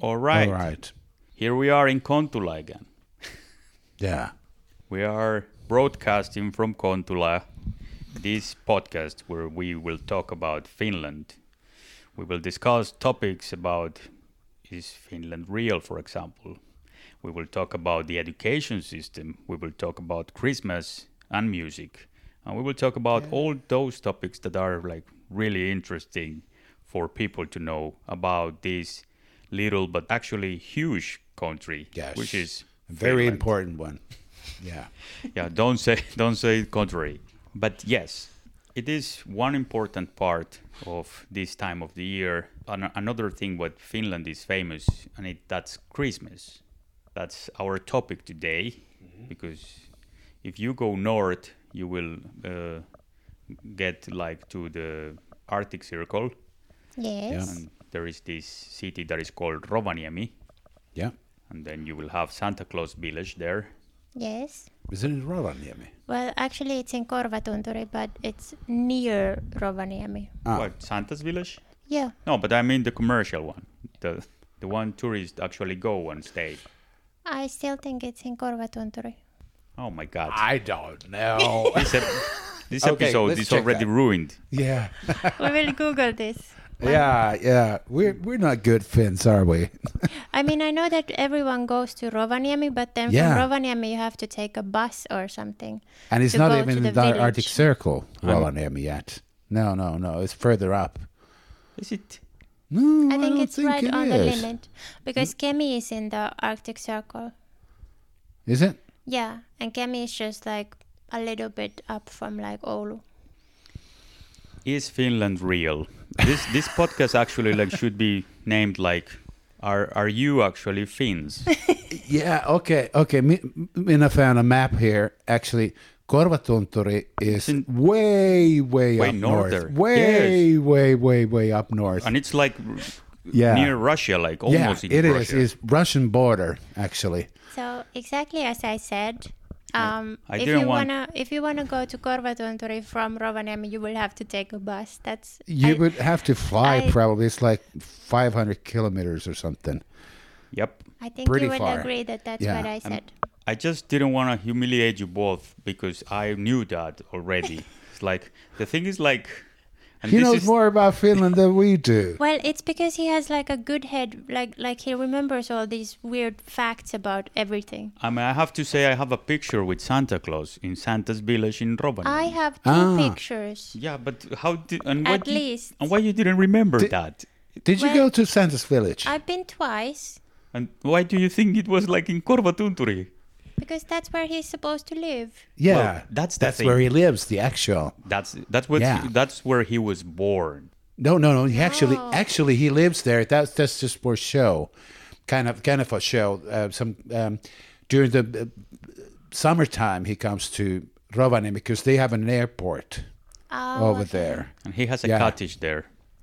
All right. All right. Here we are in Kontula again. Yeah. We are broadcasting from Kontula this podcast where we will talk about Finland. We will discuss topics about is Finland real, for example. We will talk about the education system. We will talk about Christmas and music. And we will talk about all those topics that are like really interesting for people to know about this little but actually huge country, Yes. which is A very Finland important one. Yeah. yeah don't say don't say contrary but yes it is one important part of this time of the year An- another thing what finland is famous and it, that's christmas that's our topic today because if you go north you will uh, get like to the arctic circle Yes. and there is this city that is called rovaniemi Yeah. and then you will have santa claus village there Yes. Is it in Rovaniemi? Well, actually, it's in Korvatunturi, but it's near Rovaniemi. Ah. what santa's village Yeah. No, but I mean the commercial one, the the one tourists actually go and stay. I still think it's in Korvatunturi. Oh my god! I don't know. This, ep- this Ah. Okay, episode let's is check already that. ruined. yeah. we will Google this. Yeah. Yeah. We're we're not good Finns, are we? I mean, I know that everyone goes to Rovaniemi, but then Yeah. from Rovaniemi you have to take a bus or something. And it's to not go even to in the, the village. Arctic Circle, Rovaniemi yet. No, no, no. It's further up. Is it? No, I think don't it's right it on the is. Mm. limit because Kemi is in the Arctic Circle. Is it? Yeah, and Kemi is just like a little bit up from like Oulu. Is Finland real? This this podcast actually like should be named like, are are you actually Finns? Yeah, okay, okay. Me, me and I found a map here. Actually, Korvatunturi is in- way, way, Way up north. northern. Way, way, way, way up north. and it's like Yeah. near Russia, like yeah, almost it in is. Russia. It's Russian border, actually. So exactly as I said, um, I if didn't want- you wanna if you wanna go to Korvatunturi from Rovaniemi, you will have to take a bus. That's You I- would have to fly, I- probably. It's like 500 kilometers or something. Yep. I think pretty you will far. agree that that's Yeah, what I I'm- said. I just didn't want to humiliate you both because I knew that already. it's like the thing is like. And He this knows is- more about Finland than we do. Well, it's because he has like a good head, like like he remembers all these weird facts about everything. I mean, I have to say, I have a picture with Santa Claus in Santa's village in Robin. I have two Ah. pictures. Yeah, but how did and what? At you- least. and why you didn't remember that? Did you well, go to Santa's village? I've been twice And why do you think it was like in Korvatunturi? because that's where he's supposed to live. yeah, well, that's the that's thing. where he lives. The actual. That's that's what Yeah. that's where he was born. No, no, no. He actually, No. actually, he lives there. That's that's just for show, kind of, kind of for show. Uh, some um, during the uh, summertime, he comes to Rovaniemi because they have an airport Oh, over there. And he has a Yeah. cottage there.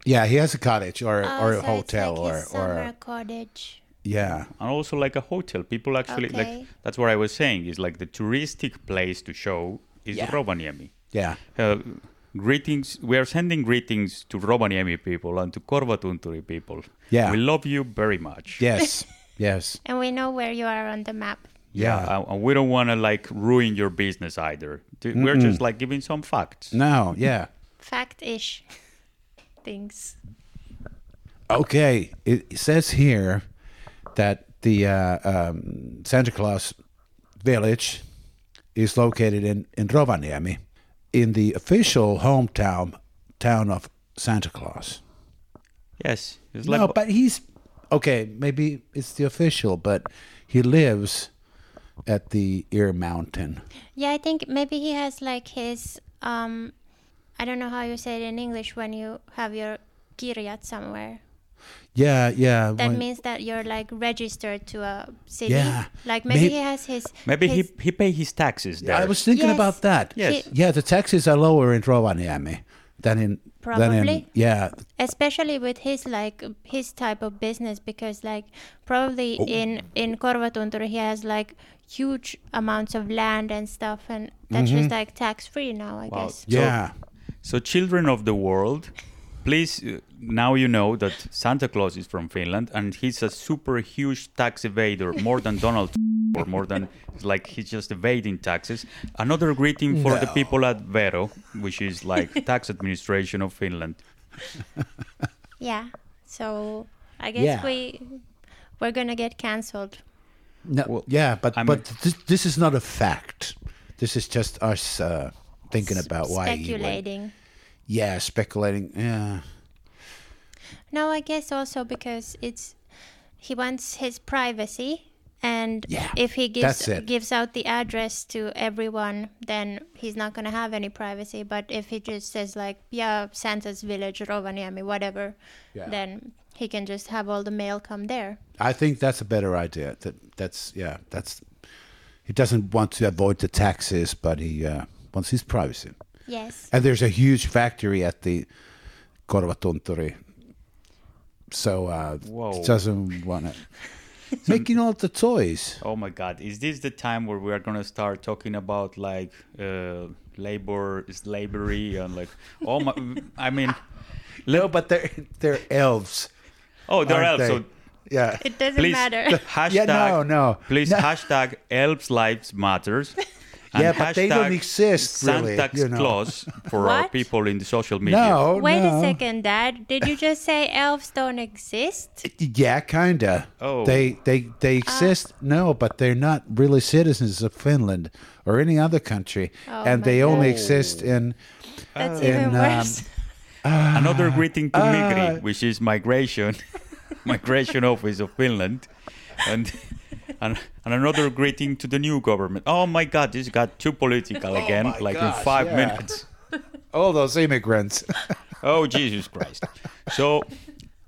Yeah, he has a cottage or Oh, or a so it's hotel like or his or summer cottage. yeah. And also like a hotel. People actually like Okay. that's what I was saying, is like the touristic place to show is Yeah. Rovaniemi. Yeah, Uh, greetings. We are sending greetings to Rovaniemi people and to Korvatunturi people. Yeah. We love you very much. yes, yes, And we know where you are on the map. yeah. Uh, and we don't want to like ruin your business either. T- We're just like giving some facts. no, yeah. Fact ish things. Okay, it says here that the uh, um, Santa Claus village is located in in Rovaniemi, in the official hometown town of Santa Claus. Yes. It's like, No, but he's okay. Maybe it's the official, but he lives at the Ear Mountain. Yeah, I think maybe he has like his um I don't know how you say it in English when you have your kiryat somewhere. Yeah, yeah. That when- means that you're like registered to a city. Yeah. Like maybe May- he has his maybe his, he, he pay his taxes there. I was thinking Yes. about that. Yes. Yeah, the taxes are lower in Rovaniemi. than in than in Probably. yeah especially with his like his type of business because like probably Oh. in in Korvatunturi he has like huge amounts of land and stuff and that's just like tax free now I Mm-hmm. Wow. guess. So- yeah So, children of the world, please, uh, now you know that Santa Claus is from Finland and he's a super huge tax evader, more than Donald Trump or more than, it's like, he's just evading taxes. Another greeting for the people at Vero, which is like tax administration of Finland. Yeah. So I guess Yeah. we we're gonna get cancelled. no yeah but I'm- but this, this is not a fact this is just us uh, thinking about why he went. speculating. yeah speculating yeah No, I guess also because it's he wants his privacy and Yeah, if he gives that's it. gives out the address to everyone then he's not going to have any privacy but if he just says like yeah Santa's village Rovaniemi whatever Yeah. then he can just have all the mail come there. I think that's a better idea that that's yeah that's he doesn't want to avoid the taxes but he uh, wants his privacy Yes. and there's a huge factory at the Korvatunturi so uh Whoa. he doesn't want to making all the toys Oh my God! Is this the time where we are gonna start talking about like uh, labor slavery and like? Oh my! I mean, no but they're they're elves oh, there are aren't elves. they? So yeah It doesn't please matter. hashtag. yeah no no Please No. hashtag elves lives matters. and Yeah, but they hashtag don't exist, really, Santa you know. Claus for our What? people in the social media. no Wait Oh, no. a second, Dad. Did you just say elves don't exist? Yeah, kinda. Oh. They they Uh, they exist. no, but they're not really citizens of Finland or any other country, Oh, and my they only God. exist in. That's in, even um, worse. Another greeting to Migri, ah. which is migration, migration office of Finland, and, and and another greeting to the new government. Oh my God, this got too political again, Oh my like in gosh, five yeah. minutes. All those immigrants. Oh Jesus Christ! So.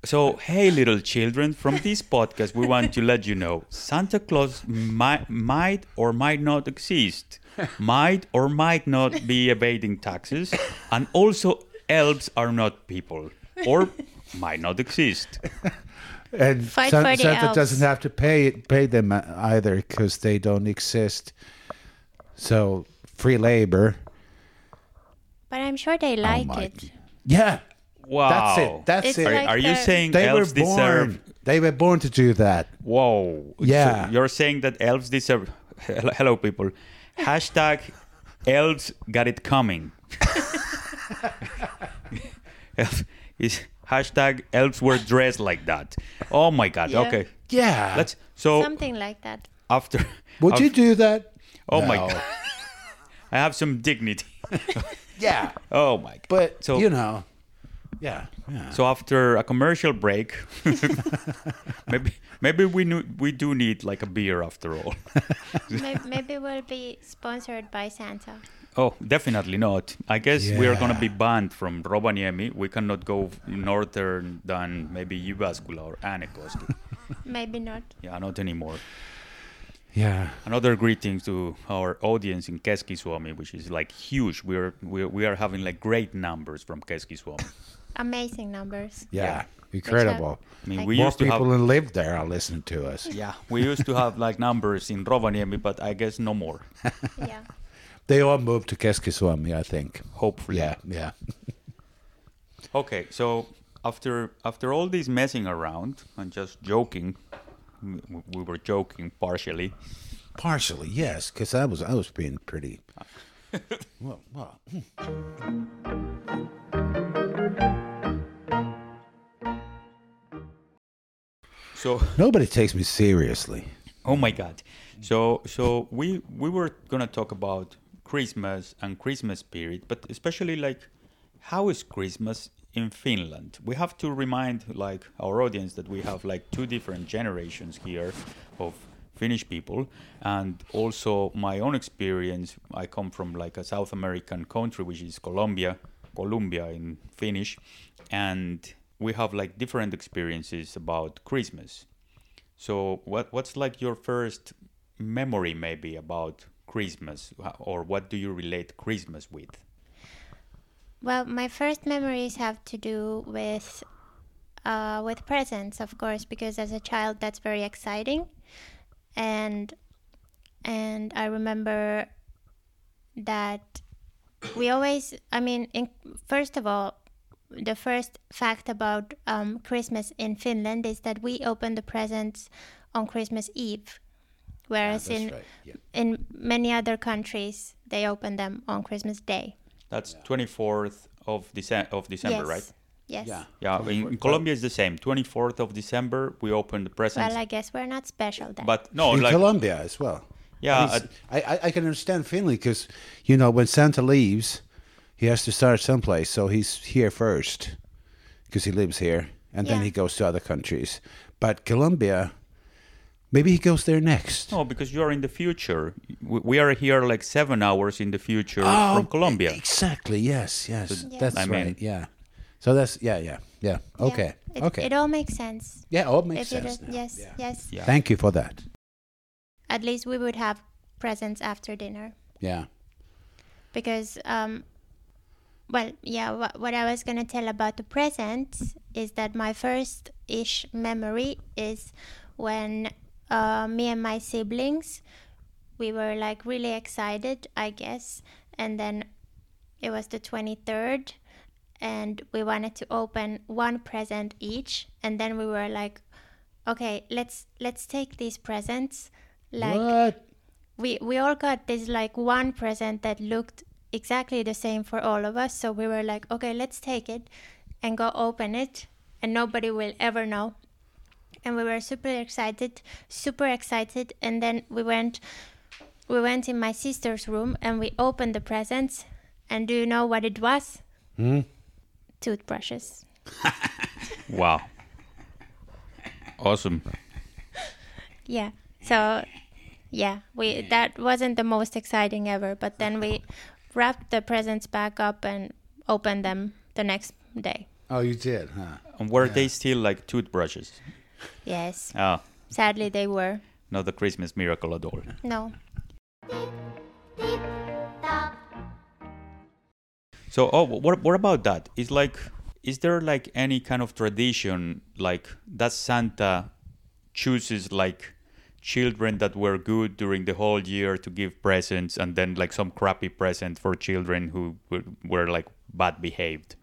So, hey, little children, from this podcast, we want to let you know Santa Claus might, might or might not exist, might or might not be evading taxes, and also elves are not people or might not exist. and Fight San- for the Santa elves. doesn't have to pay pay them either because they don't exist. So free labor. But I'm sure they like oh my- it. Yeah, Wow. that's it. That's It's it. are, like- are you the- saying they were elves born. deserve? They were born to do that. Whoa! So Yeah. you're saying that elves deserve? Hello, hello, people. Hashtag elves got it coming. Elf- is hashtag elves were dressed like that. Oh my god! Yeah. Okay, Yeah. let's. So Something like that. after. Would af- you do that? Oh my No. god! I have some dignity. Yeah, Oh my god! but So- you know. Yeah. yeah. So after a commercial break, maybe maybe we knew, we do need like a beer after all. May- Maybe we'll be sponsored by Santa. Oh, definitely not. I guess we are going to be Yeah. banned from Rovaniemi. We cannot go northern than maybe Jyväskylä or Äänekoski. Maybe not. yeah, not anymore. Yeah. Another greeting to our audience in Keski-Suomi, which is like huge. We are we, we are having like great numbers from Keski-Suomi. Amazing numbers. Yeah. That's Incredible. how- I mean, like- we More used to people have who live there are listening to us. yeah, we used to have like numbers in Rovaniemi, but I guess no more. yeah. They all moved to Keskisuomi, I think. Hopefully. Yeah, yeah. Okay, so after after all this messing around and just joking, we, we were joking partially. Partially, yes, because I was I was being pretty. well, well, So nobody takes me seriously. oh my god. So so we we were gonna talk about Christmas and Christmas spirit, but especially like how is Christmas in Finland? We have to remind like our audience that we have like two different generations here of Finnish people and also my own experience I come from like a South American country which is Colombia Colombia in Finnish and we have like different experiences about Christmas so, what what's like your first memory maybe about Christmas, Wha- or what do you relate Christmas with? Well, my first memories have to do with uh, with presents, of course, because as a child that's very exciting, and and I remember that we always, I mean, in, first of all, the first fact about um, Christmas in Finland is that we open the presents on Christmas Eve, Ah, whereas in in many other countries they open them on Christmas Day. That's 24th of, Dece- of December, yes. right? Yes. Yeah. Yeah, in, in Colombia it's the same. 24th of December, we open the presents. Well, I guess we're not special then. but no, in Oh, like, Colombia as well. Yeah, uh, At least- I, I, I can understand Finley because you know when Santa leaves, he has to start someplace, so he's here first because he lives here, and then Yeah. he goes to other countries. But Colombia, maybe he goes there next. no, because you are in the future. We, we are here like seven hours in the future Oh, from Colombia. Exactly. Yes. Yes. Yeah. That's I mean- right. yeah. So that's yeah, yeah, yeah. Yeah, Okay. It, okay. It all makes sense. yeah. All makes if you sense. just- now. yes, Yeah. yes. Yeah. Thank you for that. At least we would have presents after dinner Yeah. because, um, well, yeah. Wh- what I was gonna tell about the presents is that my first ish memory is when uh, me and my siblings we were like really excited, I guess, and then it was the twenty third. And we wanted to open one present each, and then we were like, "Okay, let's let's take these presents, like what? we we all got this like one present that looked exactly the same for all of us so we were like okay let's take it and go open it and nobody will ever know and we were super excited super excited and then we went we went in my sister's room and we opened the presents and do you know what it was toothbrushes Wow. Awesome. Yeah. So, yeah, we that wasn't the most exciting ever, but then we wrapped the presents back up and opened them the next day. Oh, you did, huh? And were they still like toothbrushes? Yes. Ah, Sadly, they were. not the Christmas miracle at all. No. So, oh, what, what about that? Is like, is there like any kind of tradition like that Santa chooses like children that were good during the whole year to give presents, and then like some crappy present for children who were, were like bad behaved?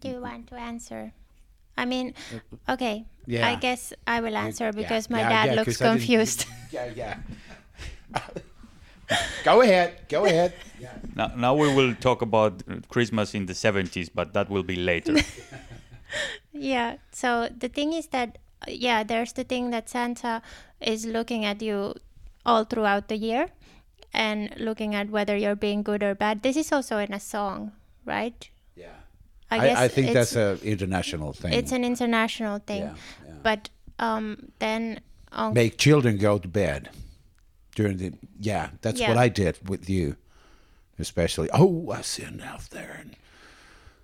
Do you want to answer? I mean, okay. I Yeah. guess I will answer because my yeah, dad yeah, looks 'cause I didn't- confused. Yeah, yeah. go ahead. Go ahead. Now, now we will talk about uh, Christmas in the 70s, but that will be later. Yeah. So the thing is that uh, yeah, there's the thing that Santa is looking at you all throughout the year and looking at whether you're being good or bad. This is also in a song, right? Yeah. I, I, think that's an international thing. it's an international thing. Yeah, yeah. But um then um, on Make children go to bed during the. Yeah, that's Yeah. what I did with you, especially. Oh, I see enough there. And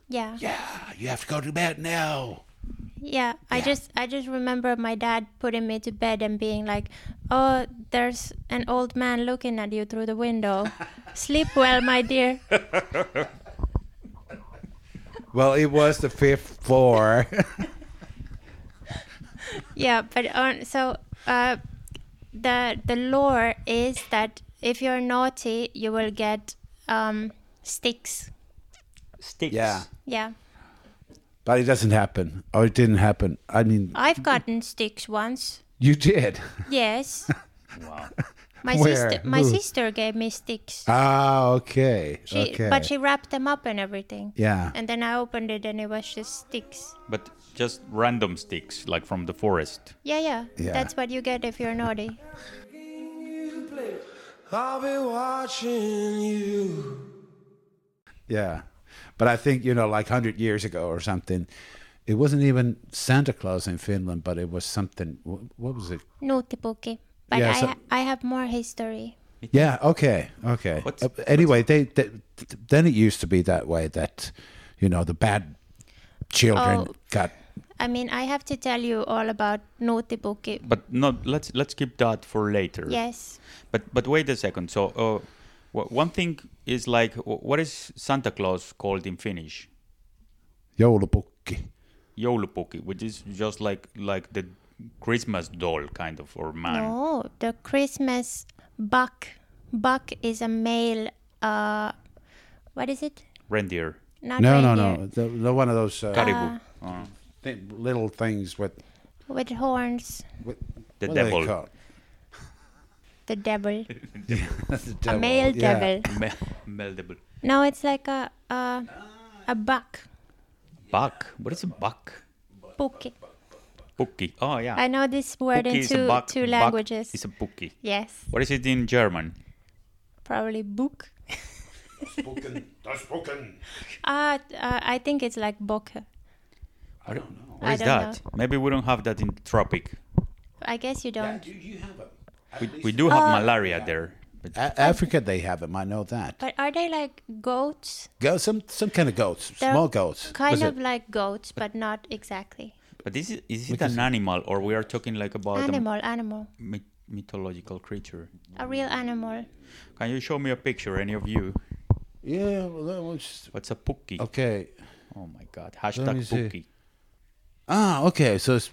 yeah. yeah, you have to go to bed now. Yeah, I just I just remember my dad putting me to bed and being like, "Oh, there's an old man looking at you through the window. Sleep well, my dear." Well, it was the fifth floor. yeah but on so uh the the lore is that if you're naughty you will get um sticks Sticks. yeah. yeah But it doesn't happen. Or it didn't happen. I mean, i've gotten sticks once you did. yes Wow. my Where? sister my Who? sister gave me sticks Ah, okay. she, okay. but she wrapped them up and everything Yeah. and then i opened it and it was just sticks But just random sticks, like from the forest. yeah yeah, Yeah. that's what you get if you're naughty I'll be watching you. Yeah. But I think, you know, like 100 years ago or something, it wasn't even Santa Claus in Finland, but it was something. wh- What was it? Nuutipuki. but Yeah, I, so- ha- I have more history Yeah, okay, okay. What's- Uh, anyway, they, they th- th- then it used to be that way that, you know, the bad children Oh. got. i mean i have to tell you all about Nuutipuki. But no, let's let's keep that for later. yes But but wait a second. So uh, wh- Wh- One thing is like, wh- what is Santa Claus called in Finnish? Joulupukki. Joulupukki, which is just like like the Christmas doll kind of or man. No, the Christmas buck. Buck is a male. Uh, what is it? Reindeer. Not No, no, reindeer. no. The, the one of those uh, Caribou. Ah. Uh, thi- little things with, With horns, with The what are they devil. called? the devil, The a devil, male yeah. devil. me- meldable. No, it's like a a, a buck. Buck. What is a buck? Pookie. Pukki. Oh yeah. I know this word Pukki in is a two buck, two buck languages. is a pukki. yes, What is it in German? probably book. Das Bucken. Uh, uh, I think it's like bokeh. I don't know. I What is don't that? Maybe we don't have that in the tropic. I guess you don't. Do you have them? We, we do have Oh. malaria there. But A- Africa, they have them. I know that. But are they like goats? Go some some kind of goats, They're small goats. Kind Was of it- like goats, but not exactly. but is it, is it an animal or we are talking like about a Animal, animal. myth- mythological creature? A real animal. Can you show me a picture, any of you? Yeah. Well, that was, What's a pukki? okay. Oh my god. Hashtag me see. pukki. Ah, okay. So it's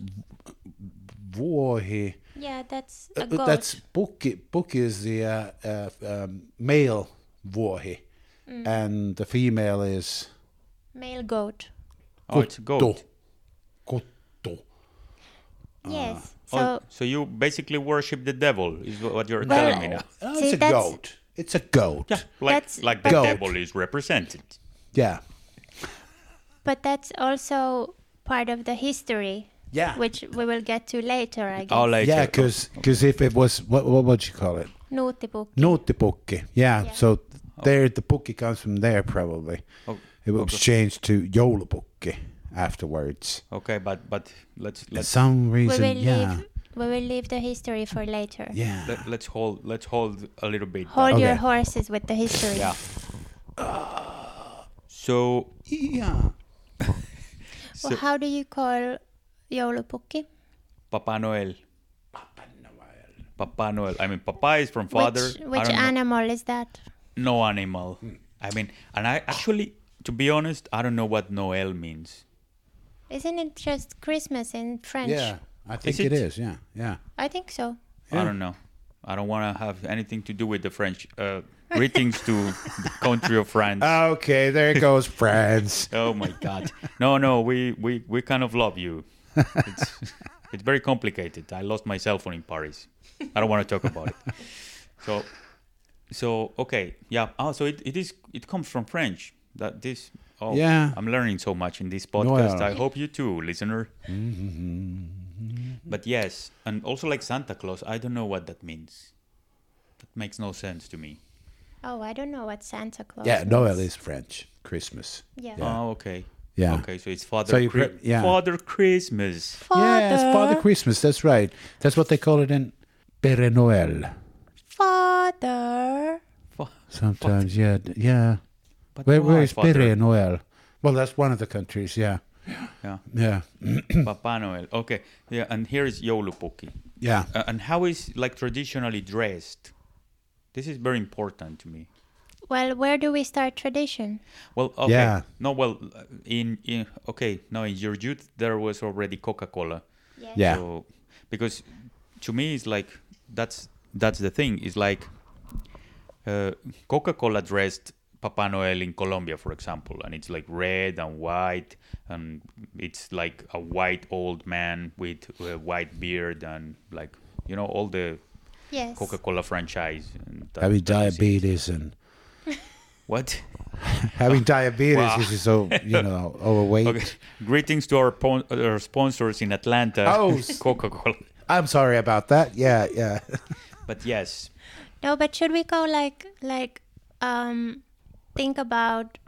vuohi. Yeah, that's Uh, a goat. That's Bukki. Bukki is the uh, uh, um, male vuohi, Mm. and the female is male goat. Oh, it's a goat. Kotto. Ah. yes. So Oh, so you basically worship the devil, is wh- what you're telling me now. Oh, See, it's a that's- goat. It's a goat. Yeah. Like, That's- like the Goat. devil is represented. Yeah. but that's also part of the history. Yeah. Which we will get to later, I guess. Oh, later. because if it was what what would you call it? Notebook. Nottipukki. Yeah. So there, the pukki comes from there probably. Oh, It was changed to joulupukki afterwards. Okay, but but let's For let's some We reason, will yeah, leave. We will leave the history for later. yeah. let, let's hold let's hold a little bit. Hold your Okay. horses with the history. Yeah. So Yeah. Well, how do you call Joulupukki? Papa Noel. Papa Noel. I mean, Papa is from father. Which, I which don't know- animal is that? No animal. I mean, and I actually, to be honest, I don't know what Noel means. Isn't it just Christmas in French? Yeah. I think it? it is. Yeah. Yeah. I think so. I don't know. I don't want to have anything to do with the French. Uh, greetings to the country of France. Ah, Okay, there goes France. Oh my God! No, no, we we we kind of love you. It's it's very complicated. I lost my cell phone in Paris. I don't want to talk about it. So, so okay, yeah. Oh, so it, it is it comes from French. That this. Oh, Yeah. I'm learning so much in this podcast. Noel. I hope you too, listener. Mm-hmm. but yes, and also like Santa Claus, I don't know what that means. That makes no sense to me. Oh, I don't know what Santa Claus. Yeah, is. Noel is French. Christmas. Yeah. Oh, okay. Yeah. Okay, so it's Father. So you Chri- pre- yeah. Father Christmas. Father, Yes, Father Christmas. That's right. That's what they call it in Père Noël. Father. Fa- Sometimes, yeah, d- yeah. But Where, why, where is Père Father? Noël? Well, that's one of the countries. Yeah, Yeah, yeah, Papa Noel. Okay, yeah, and here is Joulupukki. yeah. Uh, and how is like traditionally dressed? This is very important to me. Well, where do we start tradition? Well, okay. Yeah. No, well, uh, in in okay, no, in your youth there was already Coca Cola. Yeah. So, because to me it's like that's that's the thing. It's like uh, Coca Cola dressed Papa Noel in Colombia, for example, and it's like red and white, and it's like a white old man with a white beard and like you know all the Yes. Coca Cola franchise. And that- Having that is it. diabetes and What? having diabetes Wow. is so you know overweight. Okay. Greetings to our, pon- our sponsors in Atlanta. Oh, s- Coca Cola. I'm sorry about that. Yeah, yeah. But yes, No, but should we go like like um think about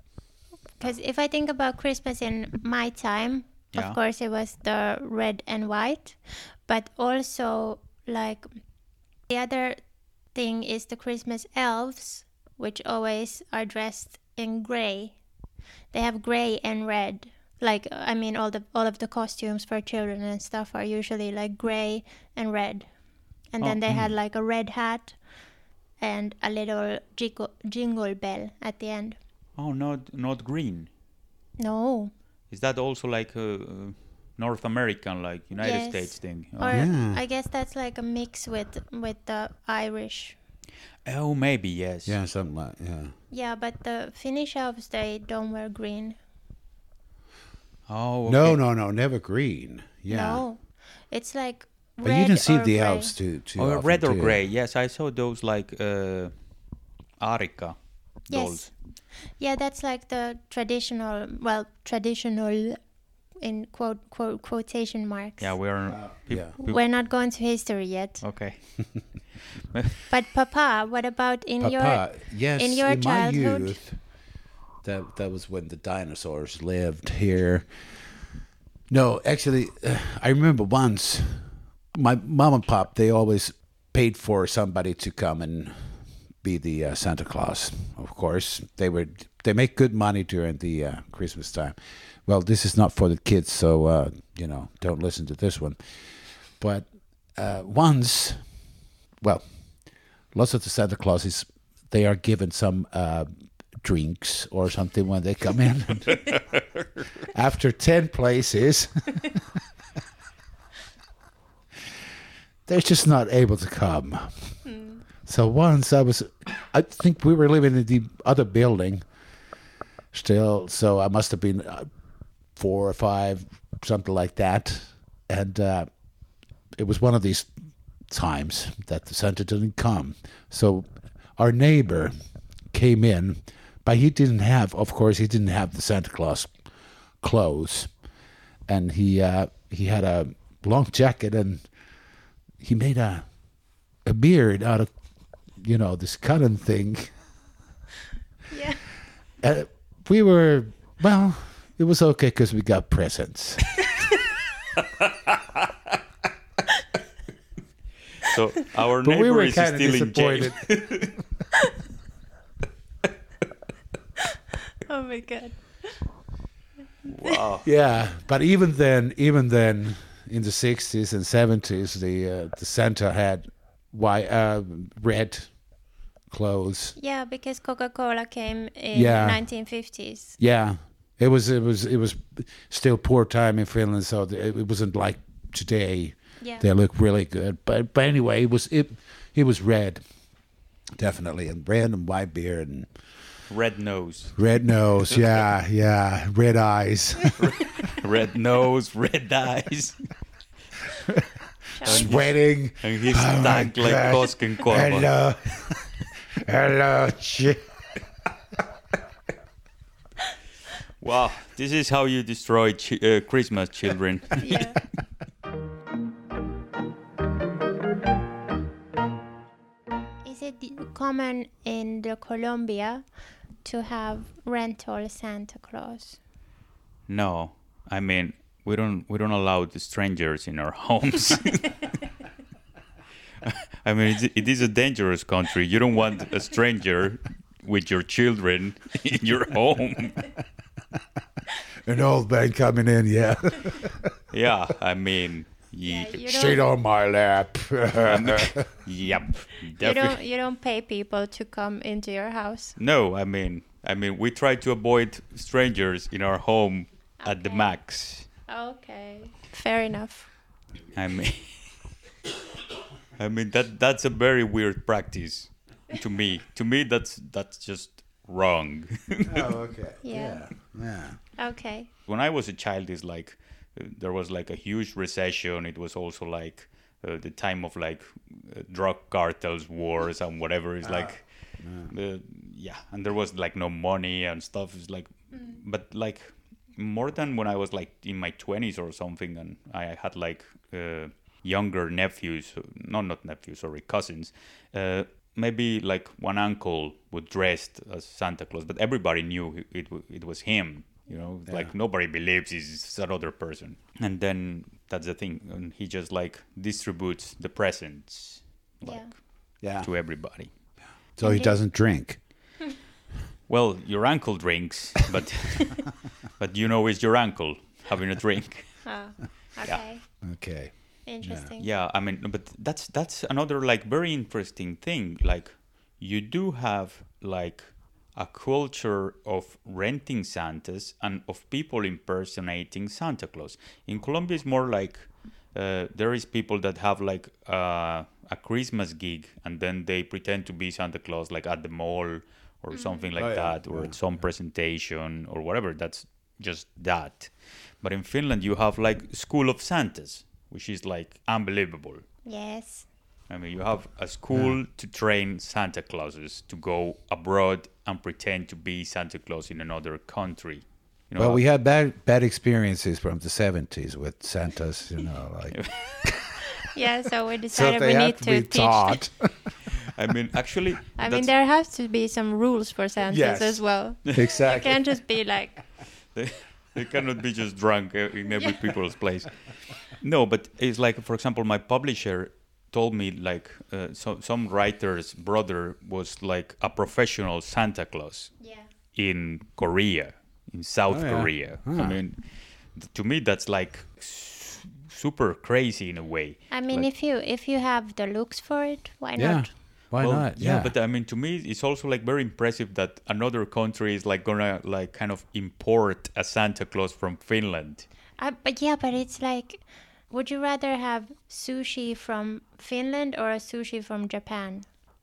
because if I think about Christmas in my time, Yeah. of course it was the red and white, but also like the other thing is the Christmas elves, which always are dressed in gray. They have gray and red. Like uh, I mean, all the all of the costumes for children and stuff Mm-hmm. are usually like gray and red, and then they had like a red hat and a little jingle, jingle bell at the end. Oh, not not green. No. Is that also like a uh, North American, like United Yes. States thing? Or Oh. Yeah. I guess that's like a mix with with the Irish. Oh, maybe yes. Yeah, something like yeah. Yeah, but the Finnish elves they don't wear green. Oh, No, okay. no, no, never green. Yeah. No, it's like. But red you didn't see or the gray. elves too too. Or often, red or too. gray. Yes, I saw those like uh, Arica dolls. Yes. Yeah, that's like the traditional. Well, traditional, in quote quote quotation marks. Yeah, we Oh. are. peop- Uh, yeah. peop- We're not going to history yet. okay. But Papa, what about in Papa, your yes, in your my childhood? youth, that that was when the dinosaurs lived here. No, actually, uh, I remember once my mom and pop they always paid for somebody to come and be the uh, Santa Claus. Of course, they were they make good money during the uh, Christmas time. Well, this is not for the kids, so uh, you know, don't listen to this one. But uh, once, well, lots of the Santa Clauses, they are given some uh, drinks or something when they come in. After 10 places, they're just not able to come. So once I was, I think we were living in the other building still, so I must have been uh, four or five, something like that. And, uh, it was one of these times that the Santa didn't come. So our neighbor came in, but he didn't have, of course, he didn't have the Santa Claus clothes, and he uh, he had a long jacket and he made a a beard out of you know this cotton thing. Yeah. Uh, we were well, it was okay because we got presents. So our But neighbor we were is kind of still in jail. disappointed. Oh my god. wow. Yeah, but even then, even then, in the sixties and seventies, the uh, the Santa had why uh, red clothes. Yeah, because Coca-Cola came in Yeah. 1950s. Yeah, it was it was it was still poor time in Finland, so the- it it wasn't like today. Yeah. They look really good, but but anyway, it was it it was red, definitely, and red and white beard and Red nose, red nose. Yeah, yeah, red eyes. red nose, red eyes, sweating. and he's Oh my stuck like gosh. Cosken Corvo. Hello. Hello. chi- Wow, this is how you destroy chi- uh, Christmas children. Yeah. Is it common in the Colombia to have rental Santa Claus? no, I mean we don't we don't allow the strangers in our homes. I mean it, it is a dangerous country. You don't want a stranger with your children in your home. An old man coming in, yeah. Yeah, I mean. ye- you Sit on my lap. Oh, Yep. you defi- don't you don't pay people to come into your house. No, I mean, I mean, we try to avoid strangers in our home at the Okay. max. Okay. Fair enough. I mean, I mean that that's a very weird practice to me. To me, that's that's just wrong. okay. Yeah. Yeah. Okay. when I was a child, is like uh, there was like a huge recession. It was also like uh, the time of like uh, drug cartels, wars, and whatever. Is like, uh, yeah, and there was like no money and stuff. It's like, but like more than when I was like in my twenties or something, and I had like uh, younger nephews, no, not nephews, sorry, cousins. Uh, Maybe like one uncle would dressed as Santa Claus, but everybody knew it, it, it was him you know like nobody believes he's another person and then that's the thing and he just like distributes the presents like Yeah. to everybody So he doesn't drink. well your uncle drinks but but you know it's your uncle having a drink yeah. Oh, okay. Okay. Interesting. yeah i mean but that's that's another like very interesting thing like you do have like a culture of renting Santas and of people impersonating Santa Claus. In Colombia, it's more like uh, there is people that have like uh, a Christmas gig and then they pretend to be Santa Claus, like at the mall or something like Oh, yeah, that, or at some presentation or whatever. That's just that. But in Finland, you have like School of Santas, which is like unbelievable. Yes. I mean, you have a school to train Santa Clauses to go abroad and pretend to be Santa Claus in another country. You know, Well, we had bad bad experiences from the seventies with Santas, you know, like Yeah, so we so decided they we had need to, to, be teach. taught. I mean, actually, I mean, that's- there has to be some rules for Santas Yes. as well. You exactly. can't just be like, they, they cannot be just drunk uh, in every people's place. No, but it's like, for example, my publisher told me like uh, so, some writer's brother was like a professional Santa Claus. yeah. in Korea, in South Oh, yeah. Korea. I mean, th- to me, that's like s- super crazy in a way. I mean, Like- if you if you have the looks for it, why Yeah. not? Why Well, not? Yeah. but I mean, to me, it's also like very impressive that another country is like gonna like kind of import a Santa Claus from Finland. I, but yeah, but it's like, would you rather have sushi from Finland or a sushi from Japan?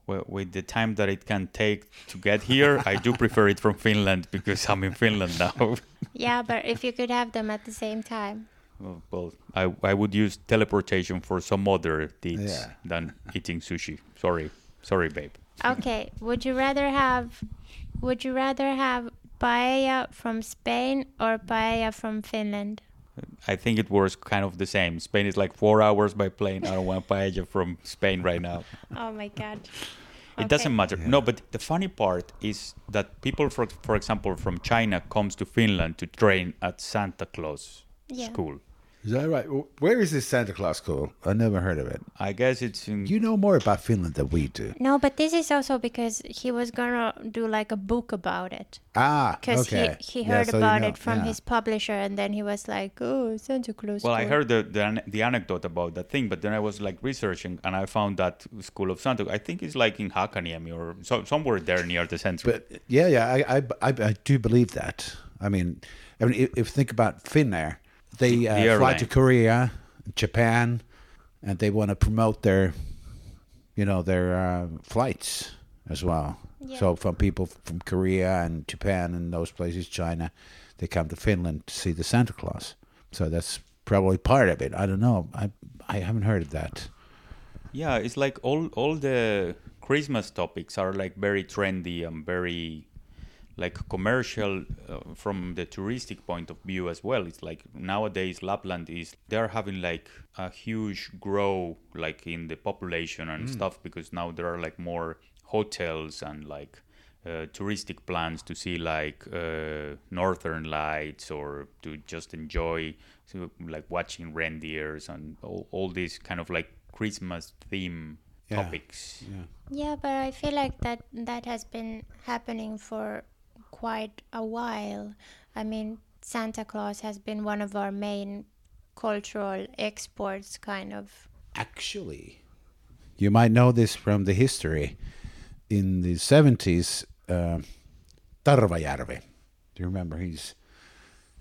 Well, with the time that it can take to get here, I do prefer it from Finland because I'm in Finland now. Yeah, but if you could have them at the same time. Well, well, I, I would use teleportation for some other deeds Yeah. than eating sushi. Sorry, sorry, babe. Okay, would you rather have would you rather have paella from Spain or paella from Finland? I think it was kind of the same. Spain is like four hours by plane. I don't want paella from Spain right now. Oh my god. It doesn't matter. No, but the funny part is that people, for for example, from China comes to Finland to train at Santa Claus Yeah. school. is that right? Wh- Where is this Santa Claus school? I never heard of it. I guess it's in. You know more about Finland than we do. No, but this is also because he was gonna do like a book about it. Ah, Because okay. he, he Yeah, heard so you about know, it from yeah. his publisher and then he was like, Oh, Santa Claus. well, I school." heard the, the an- the anecdote about that thing, but then I was like researching and I found that school of Santa. I think it's like in Hakaniemi or so, somewhere there near the center. But yeah, yeah, I, I, I, I do believe that. I mean, I mean, if, if you think about Finnair, they uh, fly airline. to Korea, Japan, and they want to promote their, you know, their uh, flights as well. So from people from Korea and Japan and those places, China, they come to Finland to see the Santa Claus. So that's probably part of it. I don't know. I, I haven't heard of that. Yeah, it's like all all the Christmas topics are like very trendy and very like commercial uh, from the touristic point of view as well. It's like nowadays Lapland is they're having like a huge grow like in the population and Mm. stuff because now there are like more hotels and like uh, touristic plans to see like uh, northern lights or to just enjoy so, like watching reindeers and all, all these kind of like christmas theme Yeah. topics Yeah, but I feel like that that has been happening for quite a while. I mean, Santa Claus has been one of our main cultural exports, kind of. Actually, you might know this from the history. In the 70s, uh, Tarvajärvi, do you remember his,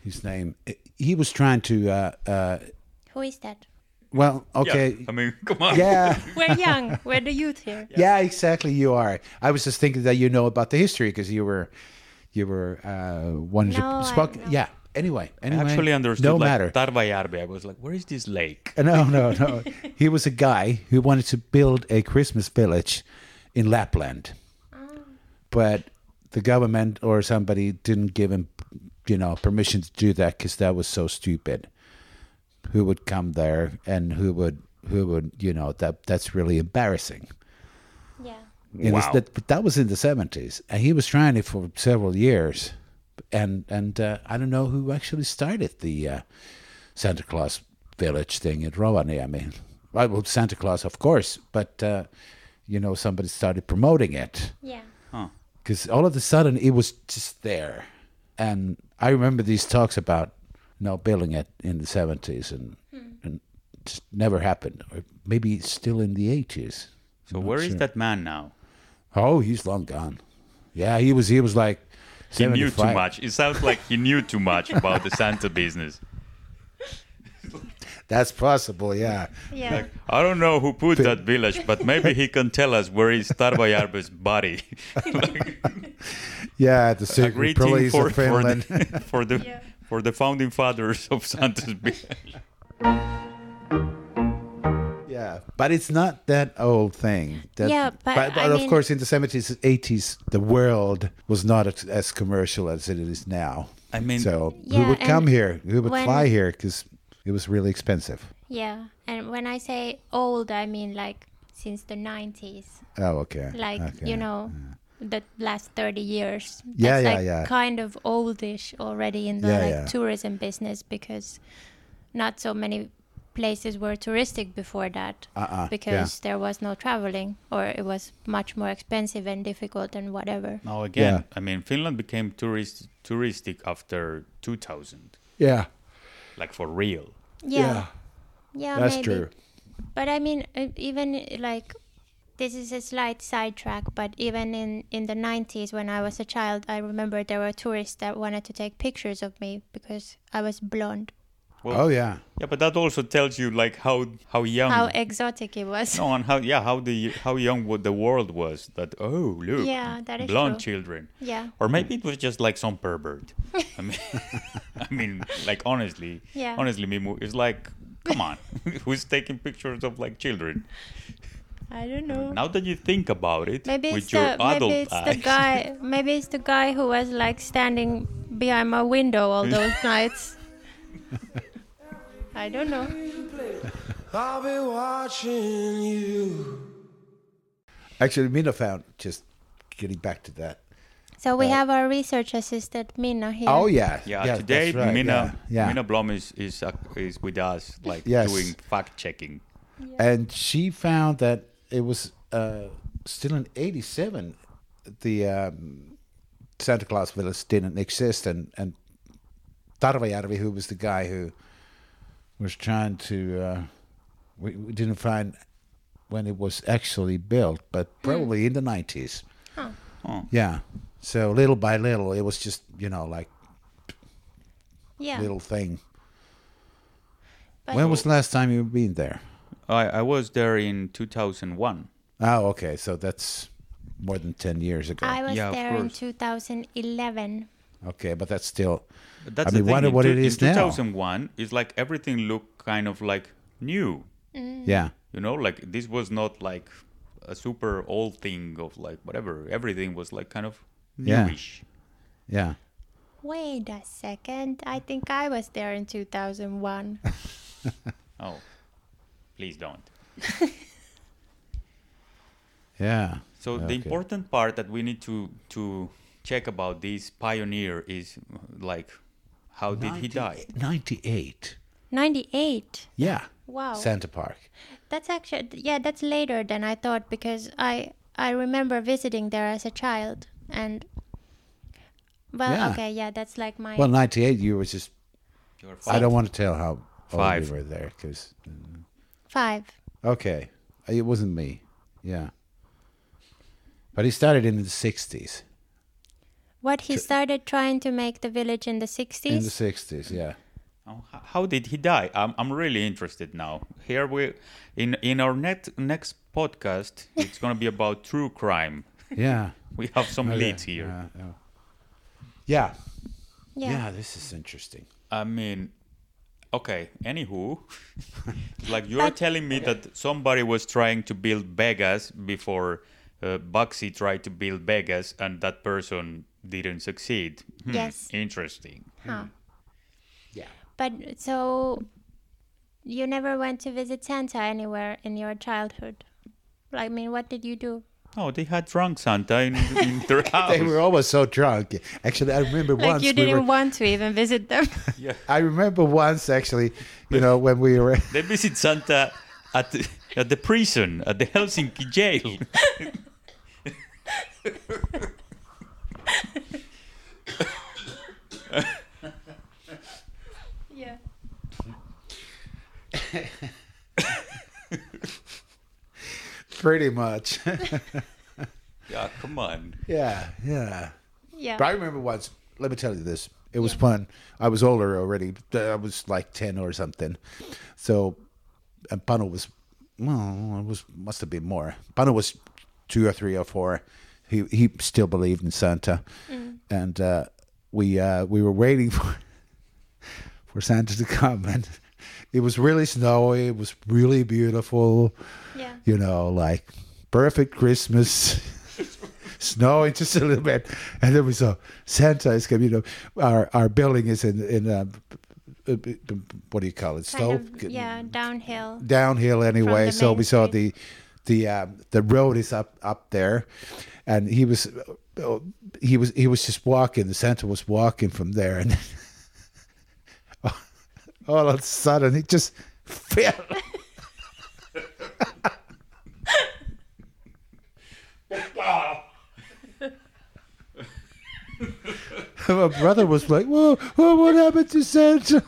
his name? He was trying to, uh, uh, Who is that? well, Yeah, okay. i mean come on Yeah. We're young. We're the youth here. Yeah, exactly. You are. I was just thinking that you know about the history because you were, you were uh, one who No, I spoke. don't know. Yeah. Anyway, I anyway, actually understood No like matter. Tarvajärvi. I was like, where is this lake? No, no, no. he was a guy who wanted to build a Christmas village in Lapland, but the government or somebody didn't give him, you know, permission to do that because that was so stupid. Who would come there and who would who would you know that that's really embarrassing. Yeah. It was Wow. that but that was in the seventies, and he was trying it for several years, and and uh, I don't know who actually started the uh, Santa Claus village thing at Rovaniemi. Well, well, Santa Claus, of course, but uh, you know somebody started promoting it Yeah. because all of a sudden it was just there, and I remember these talks about you know building it in the seventies and and just never happened, or maybe it's still in the eighties. So where is that man now? Oh, he's long gone. Yeah, he was. He was like. He knew too 75. much. It sounds like he knew too much about the Santa business. That's possible. Yeah. Yeah. I don't know who put that village, but maybe he can tell us where is Tarvajarve's body. Yeah. The A secret greeting police for, of for Finland. the for the, Yeah. for the founding fathers of Santa's village. Yeah, but it's not that old thing. That, Yeah, but I of mean- course, in the seventies, eighties, the world was not as, as commercial as it is now. I mean- so who Yeah, would come and here? Who would when- fly here? Because it was really expensive. yeah. And when I say old, I mean like since the 90s. Oh, okay. like Okay. you know the last 30 years that's Yeah, yeah, like yeah. kind of oldish already in the Yeah, like yeah. tourism business because not so many places were touristic before that Uh-uh, yeah. because there was no traveling or it was much more expensive and difficult and whatever Now again, Yeah. I mean, Finland became tourist touristic after 2000, Yeah, like for real. yeah yeah, that's maybe. true. But I mean, uh, even uh, like, this is a slight sidetrack, but even in, in the 90s when I was a child, I remember there were tourists that wanted to take pictures of me because I was blonde. Well, Oh yeah, yeah, but that also tells you like how how young How exotic it was. no, and how yeah how the how young what the world was that oh look Yeah, that is blonde true. children Yeah, or maybe it was just like some pervert. I mean, I mean, like honestly, Yeah. honestly, Mimu is like, come on, who's taking pictures of like children? I don't know. Now that you think about it, Maybe with it's, your the, adult maybe it's eyes, the guy. Maybe it's the guy who was like standing behind my window all those nights. I don't know. I'll be watching you. actually, Mina found just getting back to that. So we have our research assistant Mina here. Oh yeah, yeah, today that's right, Mina yeah, yeah. Mina Blom is is, uh, is with us, like Yes. doing fact checking. and she found that it was uh, still in '87. The um, Santa Claus Village didn't exist, and and Tarvajärvi, who was the guy who was trying to, uh, we, we didn't find when it was actually built, but probably in the '90s. Oh. Yeah. So little by little, it was just you know like yeah. little thing. But- when was the last time you've been there? I I was there in 2001. Oh, okay. So that's more than ten years ago. I was Yeah, of there in course. 2011. Okay, but that's still. But that's I the mean, thing. wonder in what two- it is in now. 2001 is like everything looked kind of like new. Yeah, You know, like this was not like a super old thing of like whatever. Everything was like kind of Yeah. newish. yeah. Wait a second. I think I was there in 2001. Oh, please don't. Yeah. So the Okay. important part that we need to to check about this pioneer is like how did he die? 98. 98. Yeah. Wow. Santa Park. That's actually yeah, that's later than I thought because I I remember visiting there as a child and well, Yeah. okay, yeah, that's like my Well, 98, you were just. Your I don't want to tell how old Five. you were there because. 5. Okay. It wasn't me. Yeah. But he started in the 60s. What he started trying to make the village in the 60s? In the 60s, yeah. Oh, h- How did he die? I'm, I'm really interested now. Here we in in our net, next podcast, it's gonna be about true crime. Yeah. We have some Okay, leads here. Yeah. yeah. Yeah. yeah. yeah, this is interesting. I mean, okay. Anywho, like you're telling me that somebody was trying to build Vegas before uh, Bugsy tried to build Vegas, and that person didn't succeed. Hmm, Yes. Interesting. Huh. Yeah. But so you never went to visit Santa anywhere in your childhood? I mean, what did you do? Oh, they had drunk Santa in, in their house. They were always so drunk. Actually, I remember Like once you we didn't were, want to even visit them. yeah. I remember once actually, you know, when we were They visit Santa at the, at the prison at the Helsinki jail. yeah. pretty much. Yeah. Come on. Yeah, yeah. Yeah. But I remember once. Let me tell you this. It was fun. I was older already. Uh, I was like ten or something. So, and Pano was well. It was must have been more. Pano was two or three or four. He he still believed in Santa, and uh, we uh, we were waiting for for Santa to come. And it was really snowy. It was really beautiful Yeah. you know, like perfect Christmas, snowing just a little bit, and then we saw Santa is coming. You know, our our building is in in uh, b- b- b- what do you call it? Kind Slope, of, yeah, downhill. downhill anyway. the So main we saw the street. the um, the road is up up there, and he was uh, he was he was just walking. The Santa was walking from there, and all of a sudden he just fell. My brother was like, "Whoa, whoa what happened to Santa?"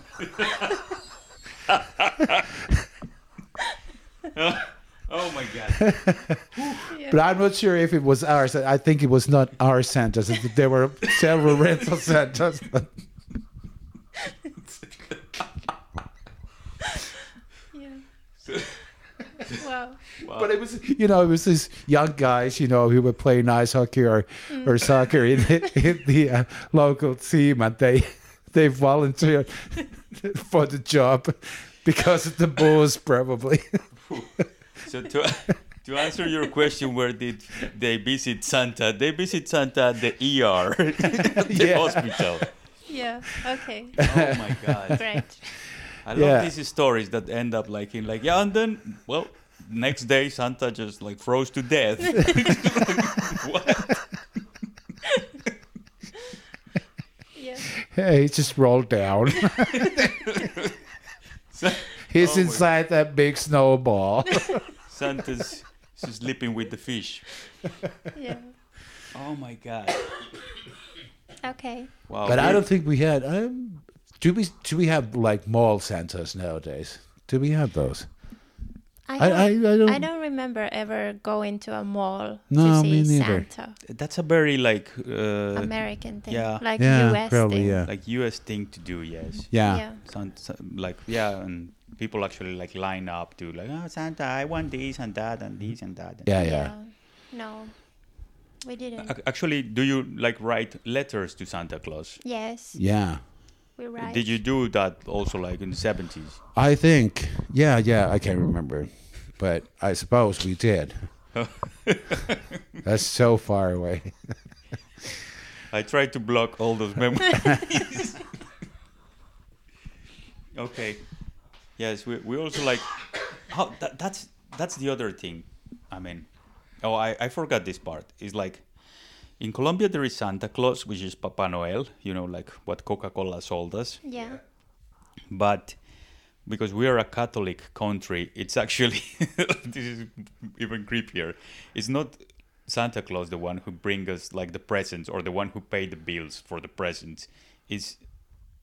Oh my god. But I'm not sure if it was ours. I think it was not our Santas. There were several rental Santas. Yeah. wow. But it was, you know, it was these young guys, you know, who would play ice hockey or, or soccer in, in the uh, local team, and they they volunteered for the job because of the bulls, probably. So to to answer your question, where did they visit Santa? They visit Santa at the ER, at the Yeah. hospital. Yeah. Okay. Oh my god. Great. I Yeah. love these stories that end up like in like yeah, and then well, next day Santa just like froze to death. what? Yeah. Hey, he just rolled down. He's Oh my- inside that big snowball. Santa's sleeping with the fish. Yeah. Oh my god! Okay. Wow. But I don't think we had. Um, do we? Do we have like mall Santas nowadays? Do we have those? I- I- I don't- remember ever going to a mall No, to see me neither. Santa. That's a very like uh, American thing. yeah. Like US thing. like U.S. thing to do. Yes. yeah. Yeah. San- san- like yeah, and people actually like line up to like oh Santa, I want this and that and this and that. Yeah, yeah. No. We didn't. Ac- Actually, do you like write letters to Santa Claus? Yes. Yeah. We right. Did you do that also like in the seventies? I think. Yeah, yeah. I can't remember, but I suppose we did. That's so far away. I tried to block all those memories. okay. Yes, we, we also like. How that, that's that's the other thing. I mean, oh, I I forgot this part. It's like. In Colombia, there is Santa Claus, which is Papa Noel, you know, like what Coca Cola sold us. Yeah. But because we are a Catholic country, it's actually, this is even creepier. It's not Santa Claus, the one who brings us like the presents or the one who paid the bills for the presents. It's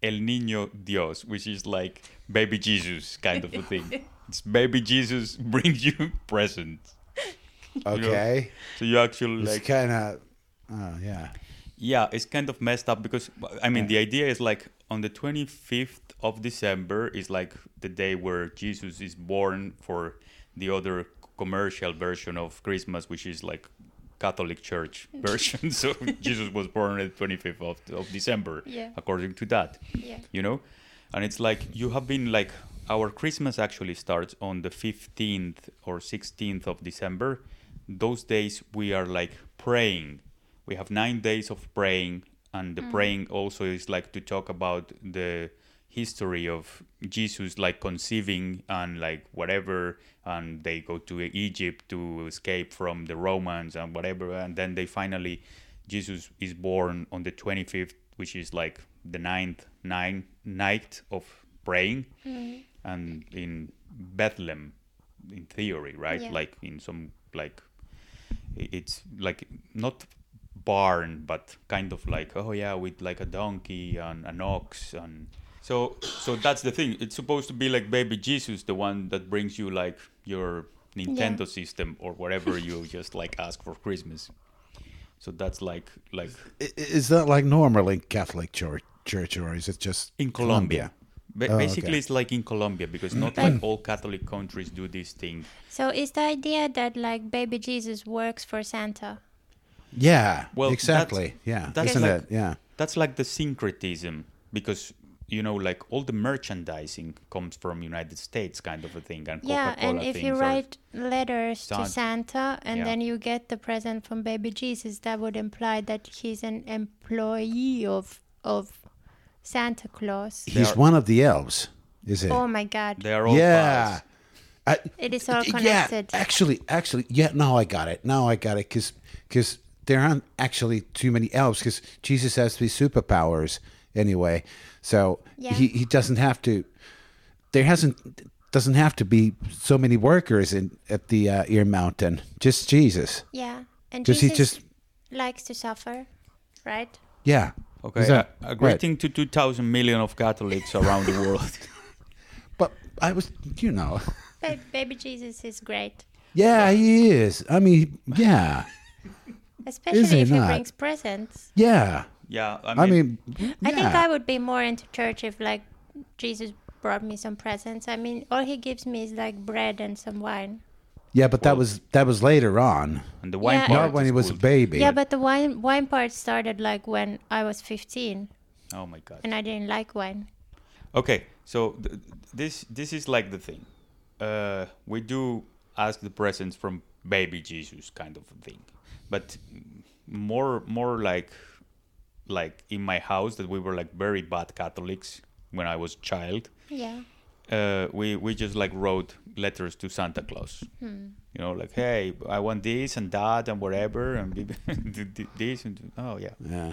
El Niño Dios, which is like baby Jesus kind of a thing. it's baby Jesus brings you presents. Okay. So you actually It's like kind of. Oh yeah. Yeah, it's kind of messed up because I mean the idea is like on the 25th of December is like the day where Jesus is born for the other commercial version of Christmas which is like Catholic Church version so Jesus was born on the 25th of, of December Yeah. according to that Yeah. you know and it's like you have been like our christmas actually starts on the 15th or 16th of december those days we are like praying we have nine days of praying and the praying also is like to talk about the history of jesus like conceiving and like whatever and they go to egypt to escape from the romans and whatever and then they finally jesus is born on the 25th which is like the ninth nine, night of praying and in bethlehem in theory right Yeah. like in some like i- it's like not barn but kind of like oh yeah with like a donkey and an ox and so so that's the thing it's supposed to be like baby jesus the one that brings you like your nintendo system or whatever you just like ask for christmas So that's like like I- Is that like normal in Catholic church, church or is it just in Colombia. Ba- Oh, basically, okay. it's like in Colombia because not like all Catholic countries do this thing. So is the idea that like baby Jesus works for Santa? Yeah, Well, that's- exactly. yeah, that's isn't like- it? Yeah, That's like the syncretism because you know, like all the merchandising comes from United States, kind of a thing, and yeah, Coca-Cola and if you things are- write letters Santa. to Santa and Yeah. then you get the present from baby Jesus, that would imply that he's an employee of of Santa Claus. he's are- one of the elves, is it? Oh my God! they are all yeah. pals. I- It is all yeah, connected. actually, actually, yeah. Now I got it. Now I got it. Because there aren't actually too many elves. Because Jesus has three superpowers anyway, so Yeah. he he doesn't have to. There hasn't doesn't have to be so many workers in at the uh, ear mountain. Just Jesus. Yeah, and Does Jesus he just- likes to suffer, right? Yeah. Okay, Is that- a, a right. greeting to two thousand million of Catholics around the world. But I was, you know. Ba- baby Jesus is great, Yeah, he is. I mean, yeah, especially Is he if he not? brings presents. yeah. Yeah, I mean, I think yeah. I would be more into church if like Jesus brought me some presents. I mean, all he gives me is like bread and some wine. yeah, but that was that was later on, and the wine Yeah. part not when is he was a cool. baby. Yeah, but the wine wine part started like when I was 15 Oh my god. and I didn't like wine. Okay, so th- this this is like the thing. Uh, we do ask the presence from baby Jesus, kind of a thing, but more more like like in my house that we were like very bad Catholics when I was child. Yeah. Uh, we we just like wrote letters to Santa Claus. You know, like hey, I want this and that and whatever and d- d- this and oh yeah. yeah,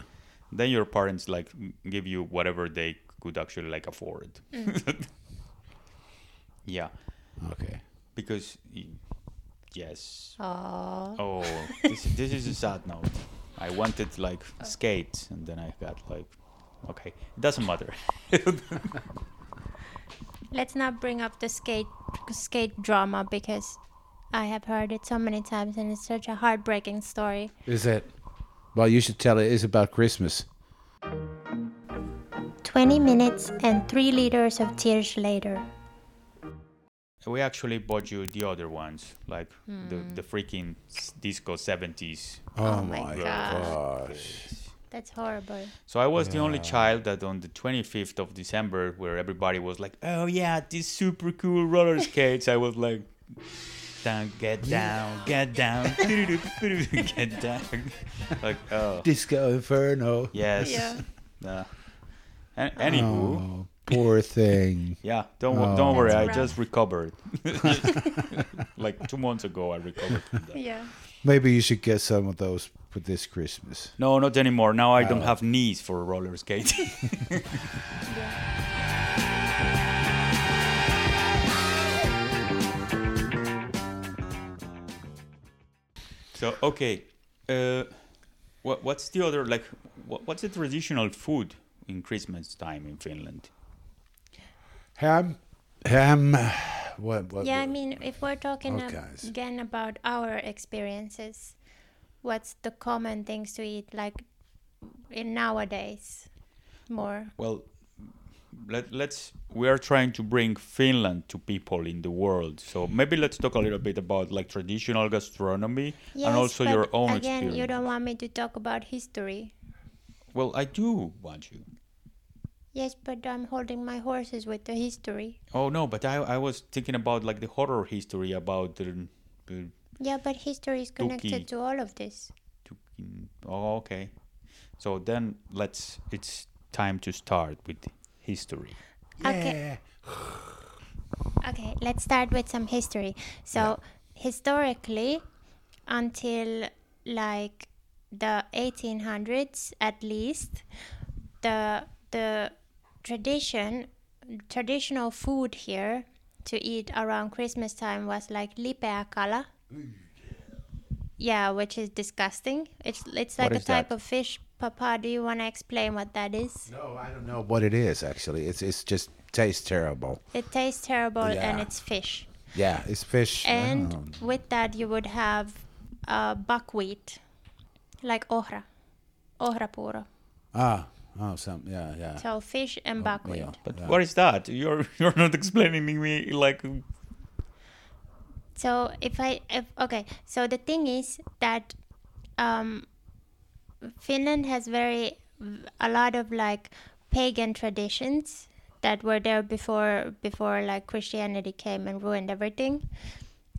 Then your parents like give you whatever they could actually like afford. yeah, okay. because y- yes. Oh. Oh, this, this is a sad note. I wanted like skates, and then I got like, okay, it doesn't matter. Let's not bring up the skate skate drama because I have heard it so many times and it's such a heartbreaking story. Is it? Well, you should tell it is about Christmas. 20 minutes and 3 liters of tears later. we actually bought you the other ones, like the the freaking s- disco seventies. Oh, my my gosh. gosh. That's horrible. So I was the only child that on the 25th of December, where everybody was like, "Oh yeah, these super cool roller skates," I was like, "Down, get down, get down, get down," like, "Oh Disco Inferno. yes." Yeah. Nah. An- anywho, Oh, poor thing. yeah, don't wo- don't Oh. worry, I That's just recovered. like two months ago, I recovered from that. Yeah. Maybe you should get some of those for this Christmas. No, not anymore. Now I don't have knees for roller skating. so okay, uh, what, what's the other like? What, what's the traditional food in Christmas time in Finland? Ham, ham. What? what Yeah, I mean, if we're talking Okay. ab- again about our experiences, what's the common things to eat like in nowadays? More. Well, let, let's we are trying to bring Finland to people in the world. So maybe let's talk a little bit about like traditional gastronomy and also your own again, experience. you don't want me to talk about history. Well, I do want you. Yes, but I'm holding my horses with the history. Oh no, but I I was thinking about like the horror history about the. the Yeah, but history is connected Tuki. to all of this. oh okay, so then let's. It's time to start with history. Okay. Yeah. Okay, let's start with some history. So, historically, until like the 1800s at least, the the tradition traditional food here to eat around Christmas time was like lipeakala. Yeah, which is disgusting. It's it's like What a is that? type of fish. Papa, do you want to explain what that is? No, I don't know what it is. Actually, it's it's just tastes terrible. It tastes terrible and Yeah. it's fish. Yeah, it's fish. I don't And know. with that, you would have uh, buckwheat, like ohra, ohrapuro. Ah, oh, some, yeah, yeah. uh, So fish and buckwheat. yeah. But what is that? You're you're not explaining me like So if I if okay, so the thing is that um, Finland has very a lot of like pagan traditions that were there before before like Christianity came and ruined everything.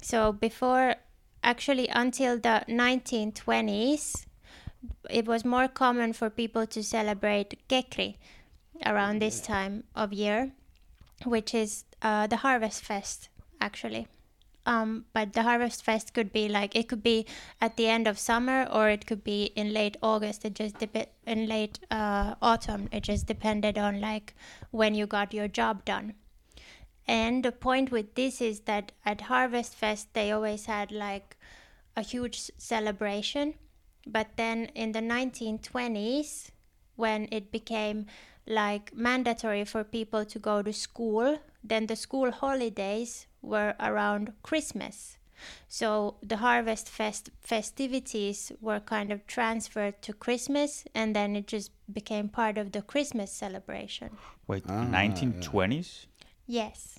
So before actually until the 1920s it was more common for people to celebrate Kekri around this time of year which is uh, the harvest fest actually um, but the harvest fest could be like it could be at the end of summer or it could be in late august it just dep- in late uh, autumn it just depended on like when you got your job done and the point with this is that at harvest fest they always had like a huge s- celebration but then in the 1920s when it became like mandatory for people to go to school, then the school holidays were around Christmas. So the harvest fest festivities were kind of transferred to Christmas and then it just became part of the Christmas celebration. wait 1920s. Yes.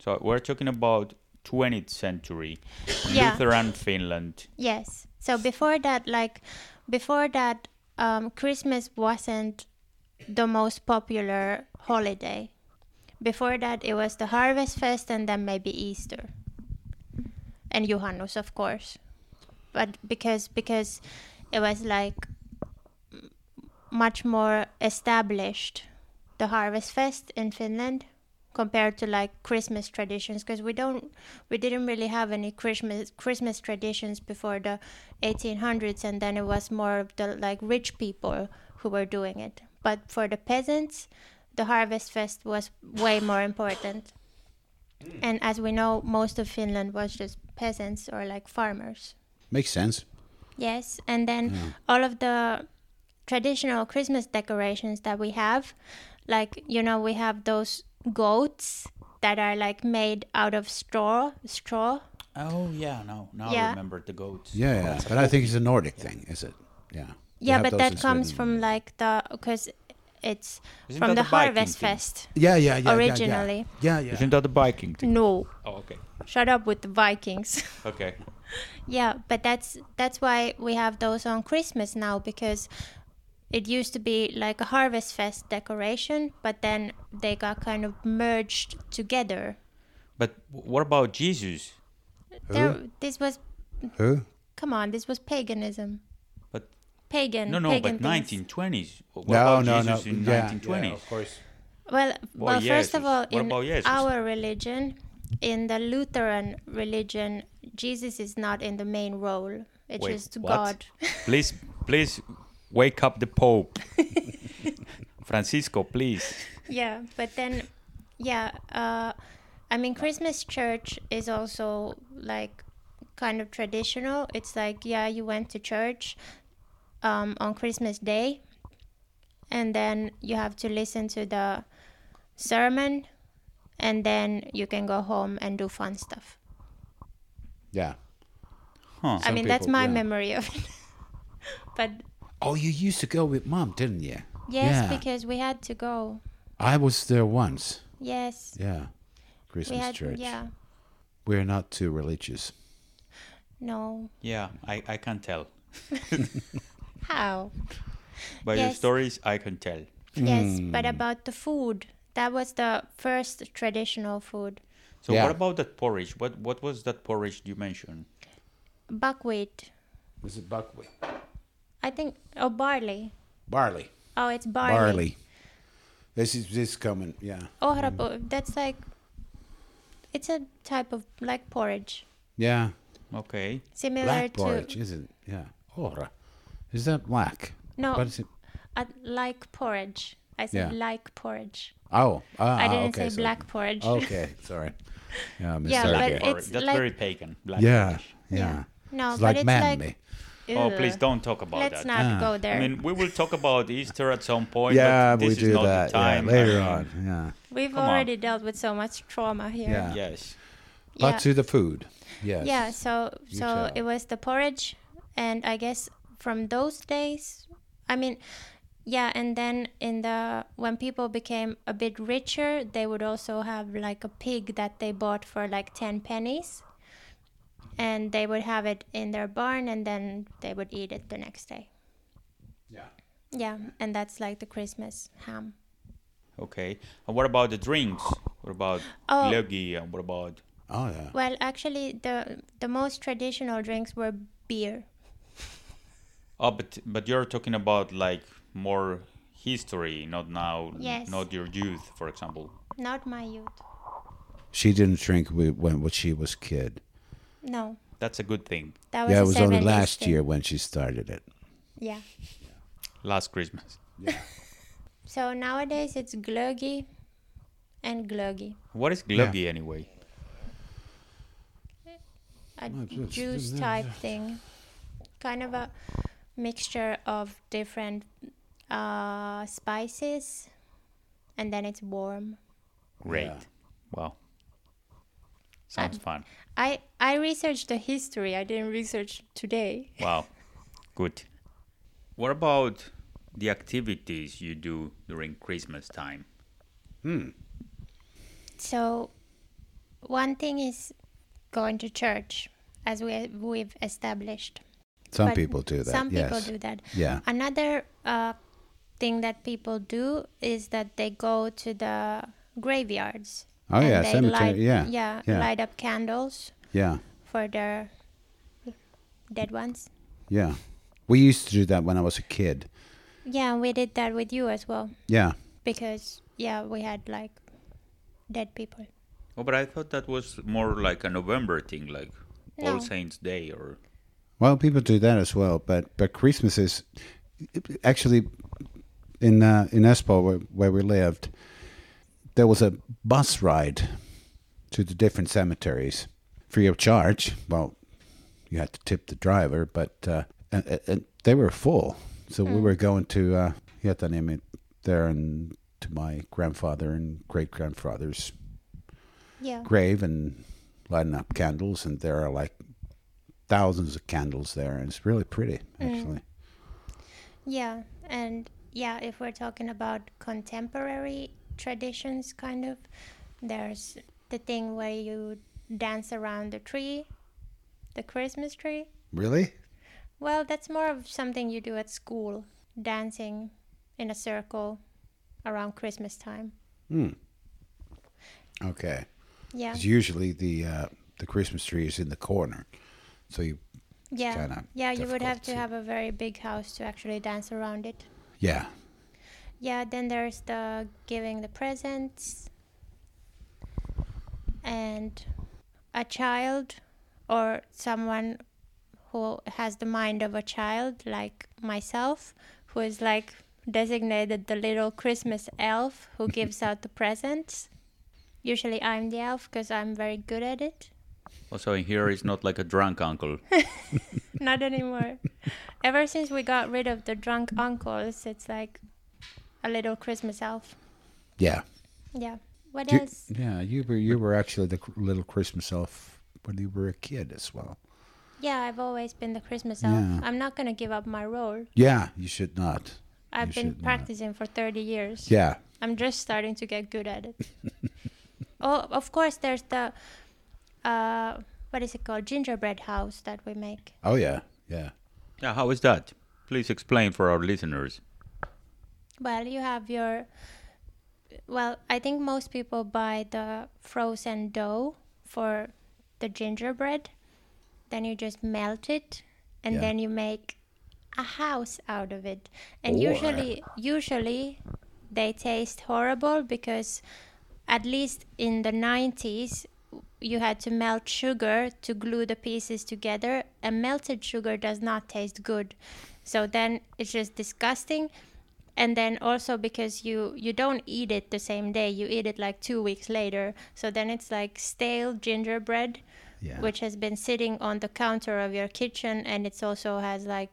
So we're talking about 20th century Yeah. Lutheran Finland. Yes. So before that, like before that, um, Christmas wasn't the most popular holiday. Before that, it was the harvest fest and then maybe Easter and Johannes, of course. But because because it was like m- much more established, the harvest fest in Finland compared to like Christmas traditions because we don't we didn't really have any Christmas Christmas traditions before the 1800s and then it was more of the like rich people who were doing it but for the peasants the harvest fest was way more important and as we know most of Finland was just peasants or like farmers Makes sense. Yes, and then all of the traditional Christmas decorations that we have, like you know, we have those goats that are like made out of straw, straw. Oh yeah, no, now Yeah. I remember the goats. Yeah, yeah. But I think it's a Nordic thing, is it? Yeah. They Yeah, have but those in that comes Sweden. from like the because it's Isn't from that the a Viking harvest thing? fest. Yeah, yeah, yeah, yeah. yeah. originally. Yeah, yeah. Isn't that the biking thing? No, Oh okay, shut up with the Vikings. okay. Yeah, but that's that's why we have those on Christmas now because it used to be like a harvest fest decoration, but then they got kind of merged together. But what about Jesus? There, this was Who? come on, this was paganism. But Pagan. no, no, pagan but things. 1920s. What No, about no, no. Jesus in Yeah. 1920s? Yeah, of course. Well, Well, well, first Jesus. of all, What in about Jesus? our religion, in the Lutheran religion, Jesus is not in the main role. It's Wait, just what? God. please, please, wake up the Pope, Francisco, please. yeah but then yeah uh i mean christmas church is also like kind of traditional it's like yeah you went to church um on christmas day and then you have to listen to the sermon and then you can go home and do fun stuff Yeah. Huh. i mean that's people, my yeah. memory of it but Oh, you used to go with mom, didn't you? yes Yeah. because we had to go I was there once. yes Yeah. we Christmas had church. yeah We're not too religious. no Yeah, I, I can tell how by your Yes. stories. I can tell. Yes, Hmm. but about the food. That was the first traditional food. So Yeah. what about that porridge? What what was that porridge you mentioned? Buckwheat. Is it buckwheat? I think oh barley. Barley. Oh it's barley. Barley. Hmm. This is this coming, yeah. Ohrapo that's like it's a type of like porridge. Yeah. Okay, Similar Black to porridge, is it? Yeah. Ora. Is that black? No. What is it? uh, like porridge. I said Yeah. like porridge. Oh, ah, I ah, didn't okay, say so- oh, black porridge. Okay, sorry. Yeah, I missed Yeah, that but black again. porridge. it's That's like- very pagan. Black yeah, porridge. yeah. No, It's but like it's manly. Ah. like Oh, Ew. please don't talk about that. Let's not go I there. mean, we will talk about Easter at some point. yeah, but we this is do not that the time. yeah, I later mean, on. Yeah. We've on. already dealt with so much trauma here. Yeah. Yes. But Yeah. to the food. Yes. Yeah, so You so tell. it was the porridge, and I guess from those days i mean yeah and then in the when people became a bit richer they would also have like a pig that they bought for like 10 pennies and they would have it in their barn and then they would eat it the next day yeah yeah and that's like the christmas ham Okay. And what about the drinks? What about Oh. Logi? And what about Oh yeah. well actually the the most traditional drinks were beer Oh, but but you're talking about like more history, not now, Yes. not your youth, for example. not my youth She didn't drink wi- when when she was kid. no That's a good thing. that was Yeah, a it was only 70s last thing. year when she started it. yeah Last Christmas. so nowadays it's glöggy and glöggy What is Glogi anyway? a it's- it's- juice it's- type thing, kind of a mixture of different uh, spices, and then it's warm. Great. Yeah. Wow. Sounds Um, fun. I I researched the history. I didn't research today. Wow. Good. What about the activities you do during Christmas time? So, one thing is going to church, as we we've established. Some but people do that. Some yes. people do that. Yeah. Another uh, thing that people do is that they go to the graveyards. Oh, and yeah, they cemetery, Light, yeah, yeah, yeah. light up candles Yeah. for their dead ones. Yeah. We used to do that when I was a kid. Yeah, we did that with you as well Yeah. because yeah, we had like dead people. Oh, but I thought that was more like a November thing, like No. All Saints Day or. Well, people do that as well, but but Christmas is actually in uh, in Espoo where, where we lived. There was a bus ride to the different cemeteries free of charge. Well, you had to tip the driver, but uh, and, and- and they were full, so we were going to uh, Hietaniemi there and to my grandfather and great grandfather's Yeah. grave and lighting up candles, and there are like thousands of candles there, and it's really pretty, Mm. actually. Yeah, and yeah, if we're talking about contemporary traditions, kind of, there's the thing where you dance around the tree, the Christmas tree. Really? Well, that's more of something you do at school, dancing in a circle around Christmas time. Hmm. Okay. Yeah, 'Cause usually the uh, the Christmas tree is in the corner, so you yeah, kinda yeah. You difficult would have to to- have a very big house to actually dance around it. yeah Yeah, then there's the giving the presents and a child or someone who has the mind of a child, like myself, who is like designated the little Christmas elf who gives out the presents. Usually I'm the elf because I'm very good at it. Also, in here, it's not like a drunk uncle. Not anymore. Ever since we got rid of the drunk uncles, it's like a little Christmas elf. yeah Yeah. What You- else? yeah. You were you were actually the cr- little Christmas elf when you were a kid as well. Yeah, I've always been the Christmas elf. Yeah. I'm not gonna give up my role. Yeah, you should not. You I've been should not. practicing for 30 years. Yeah, I'm just starting to get good at it. oh, of course, there's the uh, what is it called? Gingerbread house that we make. oh yeah, yeah. Yeah, how is that? Please explain for our listeners. Well, you have your. Well, I think most people buy the frozen dough for the gingerbread. Then you just melt it, and Yeah. then you make a house out of it. And Or- usually, usually, they taste horrible because, at least in the nineties, you had to melt sugar to glue the pieces together, and melted sugar does not taste good. So then it's just disgusting and then also because you you don't eat it the same day you eat it like two weeks later so then it's like stale gingerbread Yeah. which has been sitting on the counter of your kitchen and it also has like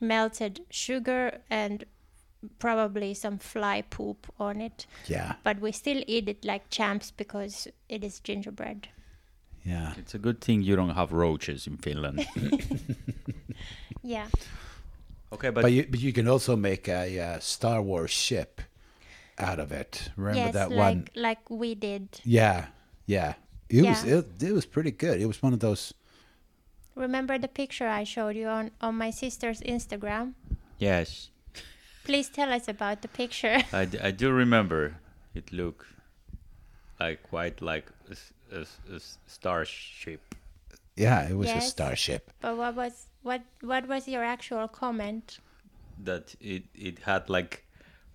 melted sugar and probably some fly poop on it Yeah, but we still eat it like champs because it is gingerbread yeah. It's a good thing you don't have roaches in Finland. yeah Okay, But, but, you, but you can also make a uh, Star Wars ship out of it. Remember yes, that like one? like we did. Yeah, yeah. It was Yeah. it, it was pretty good. It was one of those. Remember the picture I showed you on on my sister's Instagram? yes, Please tell us about the picture. I, d- I do remember it looked like quite like a, s- a s- a s- starship. Yeah, it was a Yes. starship. but what was what what was your actual comment? That it, it had like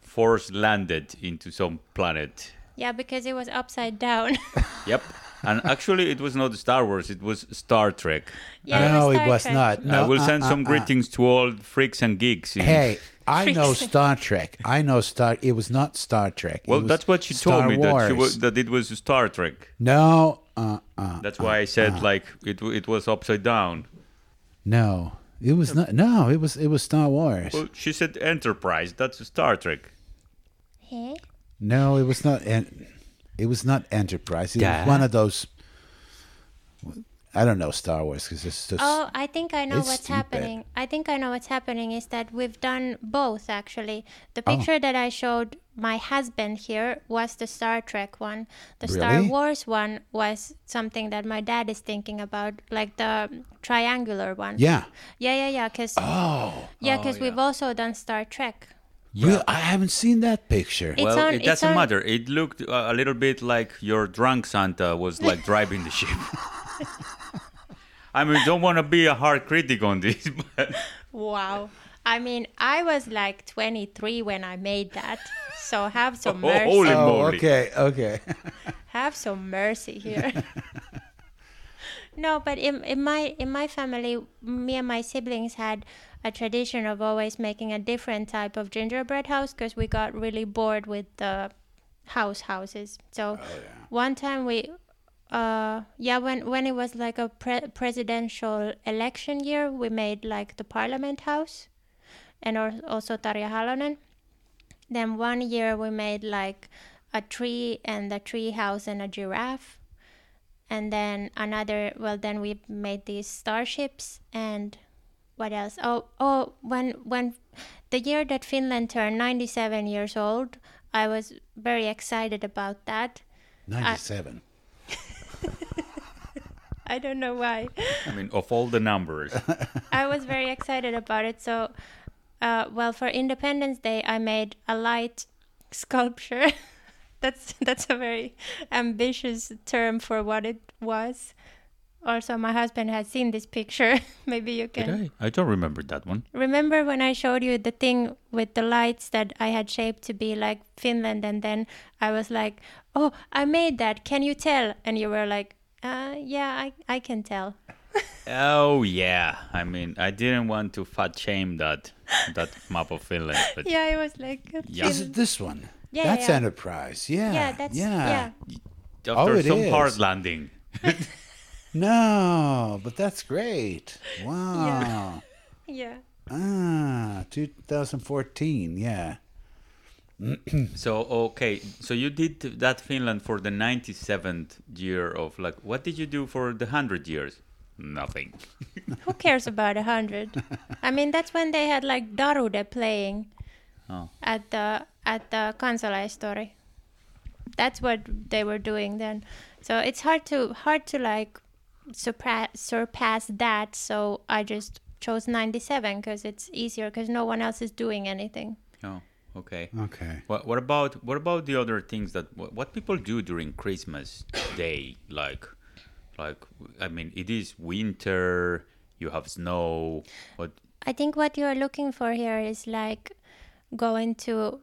force landed into some planet. Yeah, because it was upside down. Yep. And actually, it was not Star Wars, it was Star Trek. yeah, no, it Star was Trek. not. No, I will uh, send uh, some uh. greetings to all freaks and geeks. in- Hey, I know Freaks. Star Trek. I know Star. It was not Star Trek. It Well, was that's what she Star told me that, she wa- Wars. that it was Star Trek. No, uh, uh, That's why I said like it w- it was upside down. no. It was not. No, it was it was Star Wars. Well, she said Enterprise. That's Star Trek. Hey? No, it was not. En- it was not Enterprise. It Yeah. was one of those. I don't know Star Wars because it's just. Oh, I think I know It's what's stupid. happening. I think I know what's happening is that we've done both actually. The Oh. picture that I showed my husband here was the Star Trek one. The Star Really? Wars one was something that my dad is thinking about, like the triangular one. yeah. yeah, yeah, yeah. Because Oh, yeah, because we've also done Star Trek. real- I haven't seen that picture. It's well, on- it it's doesn't on- matter. It looked uh, a little bit like your drunk Santa was like driving the ship. I mean, don't want to be a hard critic on this, but Wow. I mean, I was like 23 when I made that. So have some Oh, mercy. holy Oh, moly. okay, okay. have some mercy here no but in, in my in my family me and my siblings had a tradition of always making a different type of gingerbread house because we got really bored with the house houses so one time we uh yeah when when it was like a pre- presidential election year we made like the parliament house and or, also Tarja Halonen then one year we made like a tree and a tree house and a giraffe and then another well then we made these starships and what else oh oh when when the year that finland turned 97 years old i was very excited about that Ninety-seven. i don't know why I mean, of all the numbers, I was very excited about it. So, uh, well, for Independence Day, I made a light sculpture. that's that's a very ambitious term for what it was. Also, my husband has seen this picture. Maybe you can I, I don't remember that one. remember when I showed you the thing with the lights that I had shaped to be like Finland, and then I was like, "Oh, I made that. Can you tell?" And you were like, uh, "Yeah, I I can tell." Oh yeah, I mean, I didn't want to fat shame that that map of Finland, but Yeah, it was like Yeah. Is it this one? Yeah, that's yeah. Enterprise. Yeah, yeah, that's yeah. after Oh, it some is. hard landing, No, but that's great. Wow. Yeah. Ah, 2014. Yeah. So okay, so you did that Finland for the 97th year of like what did you do for the 100 years? Nothing. Who cares about a hundred? I mean, that's when they had like Darude playing Oh. at the at the Kansalai story. That's what they were doing then. So it's hard to hard to like surpass surpass that. So I just chose ninety seven because it's easier because no one else is doing anything. Oh, okay. Okay. What what about what about the other things that what, what people do during Christmas day like like I mean it is winter, you have snow, what I think what you're looking for here is like going to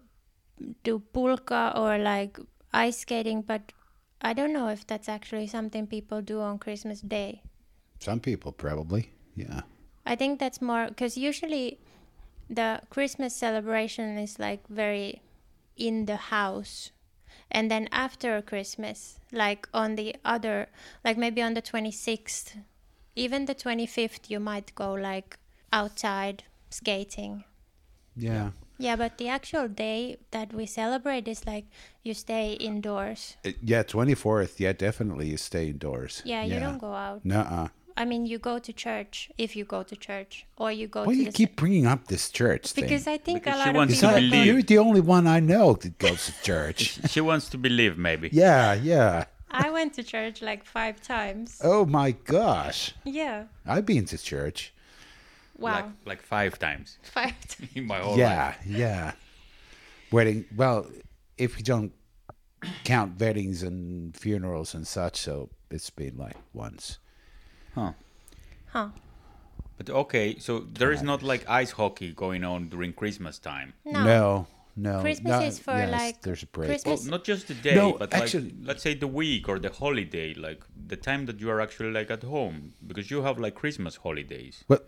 do pulka or like ice skating, but I don't know if that's actually something people do on Christmas Day. Some people probably. Yeah. I think that's more because usually the Christmas celebration is like very in the house. And then after Christmas, like on the other, like maybe on the 26th, even the 25th, you might go like outside skating. Yeah. Yeah, but the actual day that we celebrate is like you stay indoors. Uh, Yeah, 24th. Yeah, definitely you stay indoors. Yeah, you don't go out. Nuh uh. I mean, you go to church if you go to church, or you go Why to do you the keep bringing up this church thing? because I think Because a she lot of wants Is to people that- believe. you're the only one I know that goes to church. She wants to believe, maybe. yeah, yeah. I went to church like five times. Oh my gosh, Yeah. I've been to church. Wow. Like, like five times five times. in my whole life. yeah, yeah. Wedding. Well, if you don't count weddings and funerals and such, so it's been like once. Huh. Huh. But okay, so there is not like ice hockey going on during Christmas time. No. no. no, Christmas not- is for, yes, like, there's a break. Christmas- Well, not just the day, No, but actually- like let's say the week or the holiday, like the time that you are actually like at home, because you have like Christmas holidays. Well,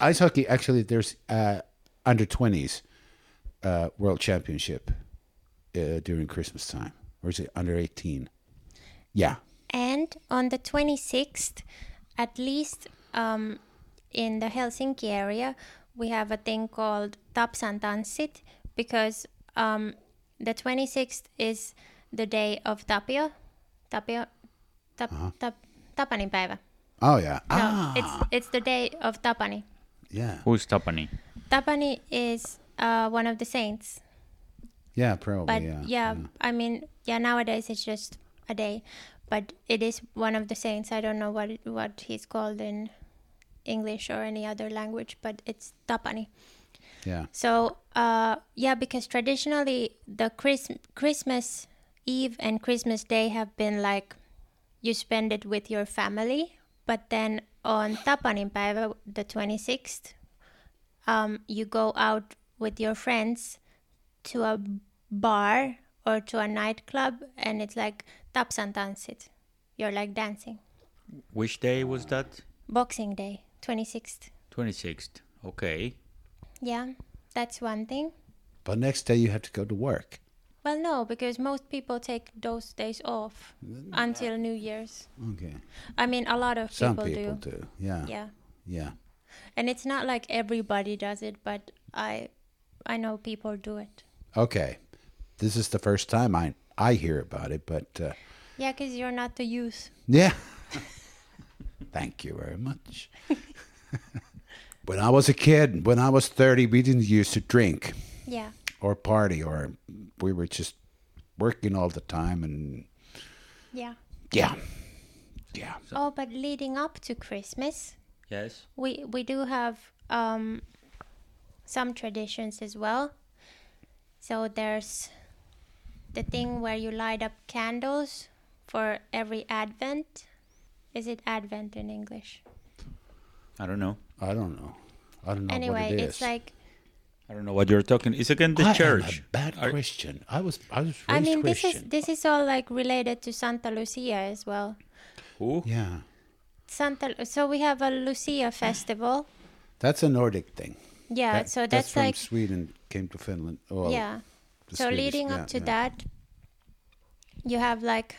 ice hockey actually there's uh, under twenties uh, world championship uh, during Christmas time, or is it under eighteen? Yeah, And on the 26th, at least um, in the Helsinki area, we have a thing called Tapsan Tanssit because um, the 26th is the day of Tapio. Tapio. Tap, tap, tapani päivä. oh yeah, No, ah, it's, it's the day of Tapani. yeah, Who's Tapani? Tapani is uh, one of the saints. yeah, probably. but yeah, yeah, i mean yeah nowadays it's just a day but it is one of the saints i don't know what it, what he's called in english or any other language but it's tapani yeah. so uh yeah because traditionally the Chris- christmas eve and christmas day have been like you spend it with your family but then on tapanin päivä the 26th um you go out with your friends to a bar or to a nightclub and it's like tapsan tanssit you're like dancing Which day was that? boxing day 26th Twenty sixth. Okay. yeah that's one thing But next day you have to go to work. well no because most people take those days off Mm. until new year's Okay, i mean a lot of some people, people do. do. Yeah, yeah, yeah and it's not like everybody does it but i i know people do it Okay, this is the first time I I hear about it, but uh, yeah because you're not the youth Yeah. Thank you very much. when I was a kid, when I was 30, we didn't used to drink yeah or party, or we were just working all the time. And yeah yeah, yeah. oh but leading up to christmas Yes. we we do have um some traditions as well so there's the thing where you light up candles for every advent is it advent in english I don't know. I don't know. I don't know anyway what it is. it's like I don't know what you're talking. It's again the I church. am a bad Are- Christian. I was I was raised i mean this Christian. is this is all like related to santa lucia as well Who? yeah, santa Lu- so we have a lucia festival that's a Nordic thing. yeah That- so that's that's, from like Sweden came to Finland. Oh, Well, yeah the so Swedish- leading yeah, up to yeah. that you have like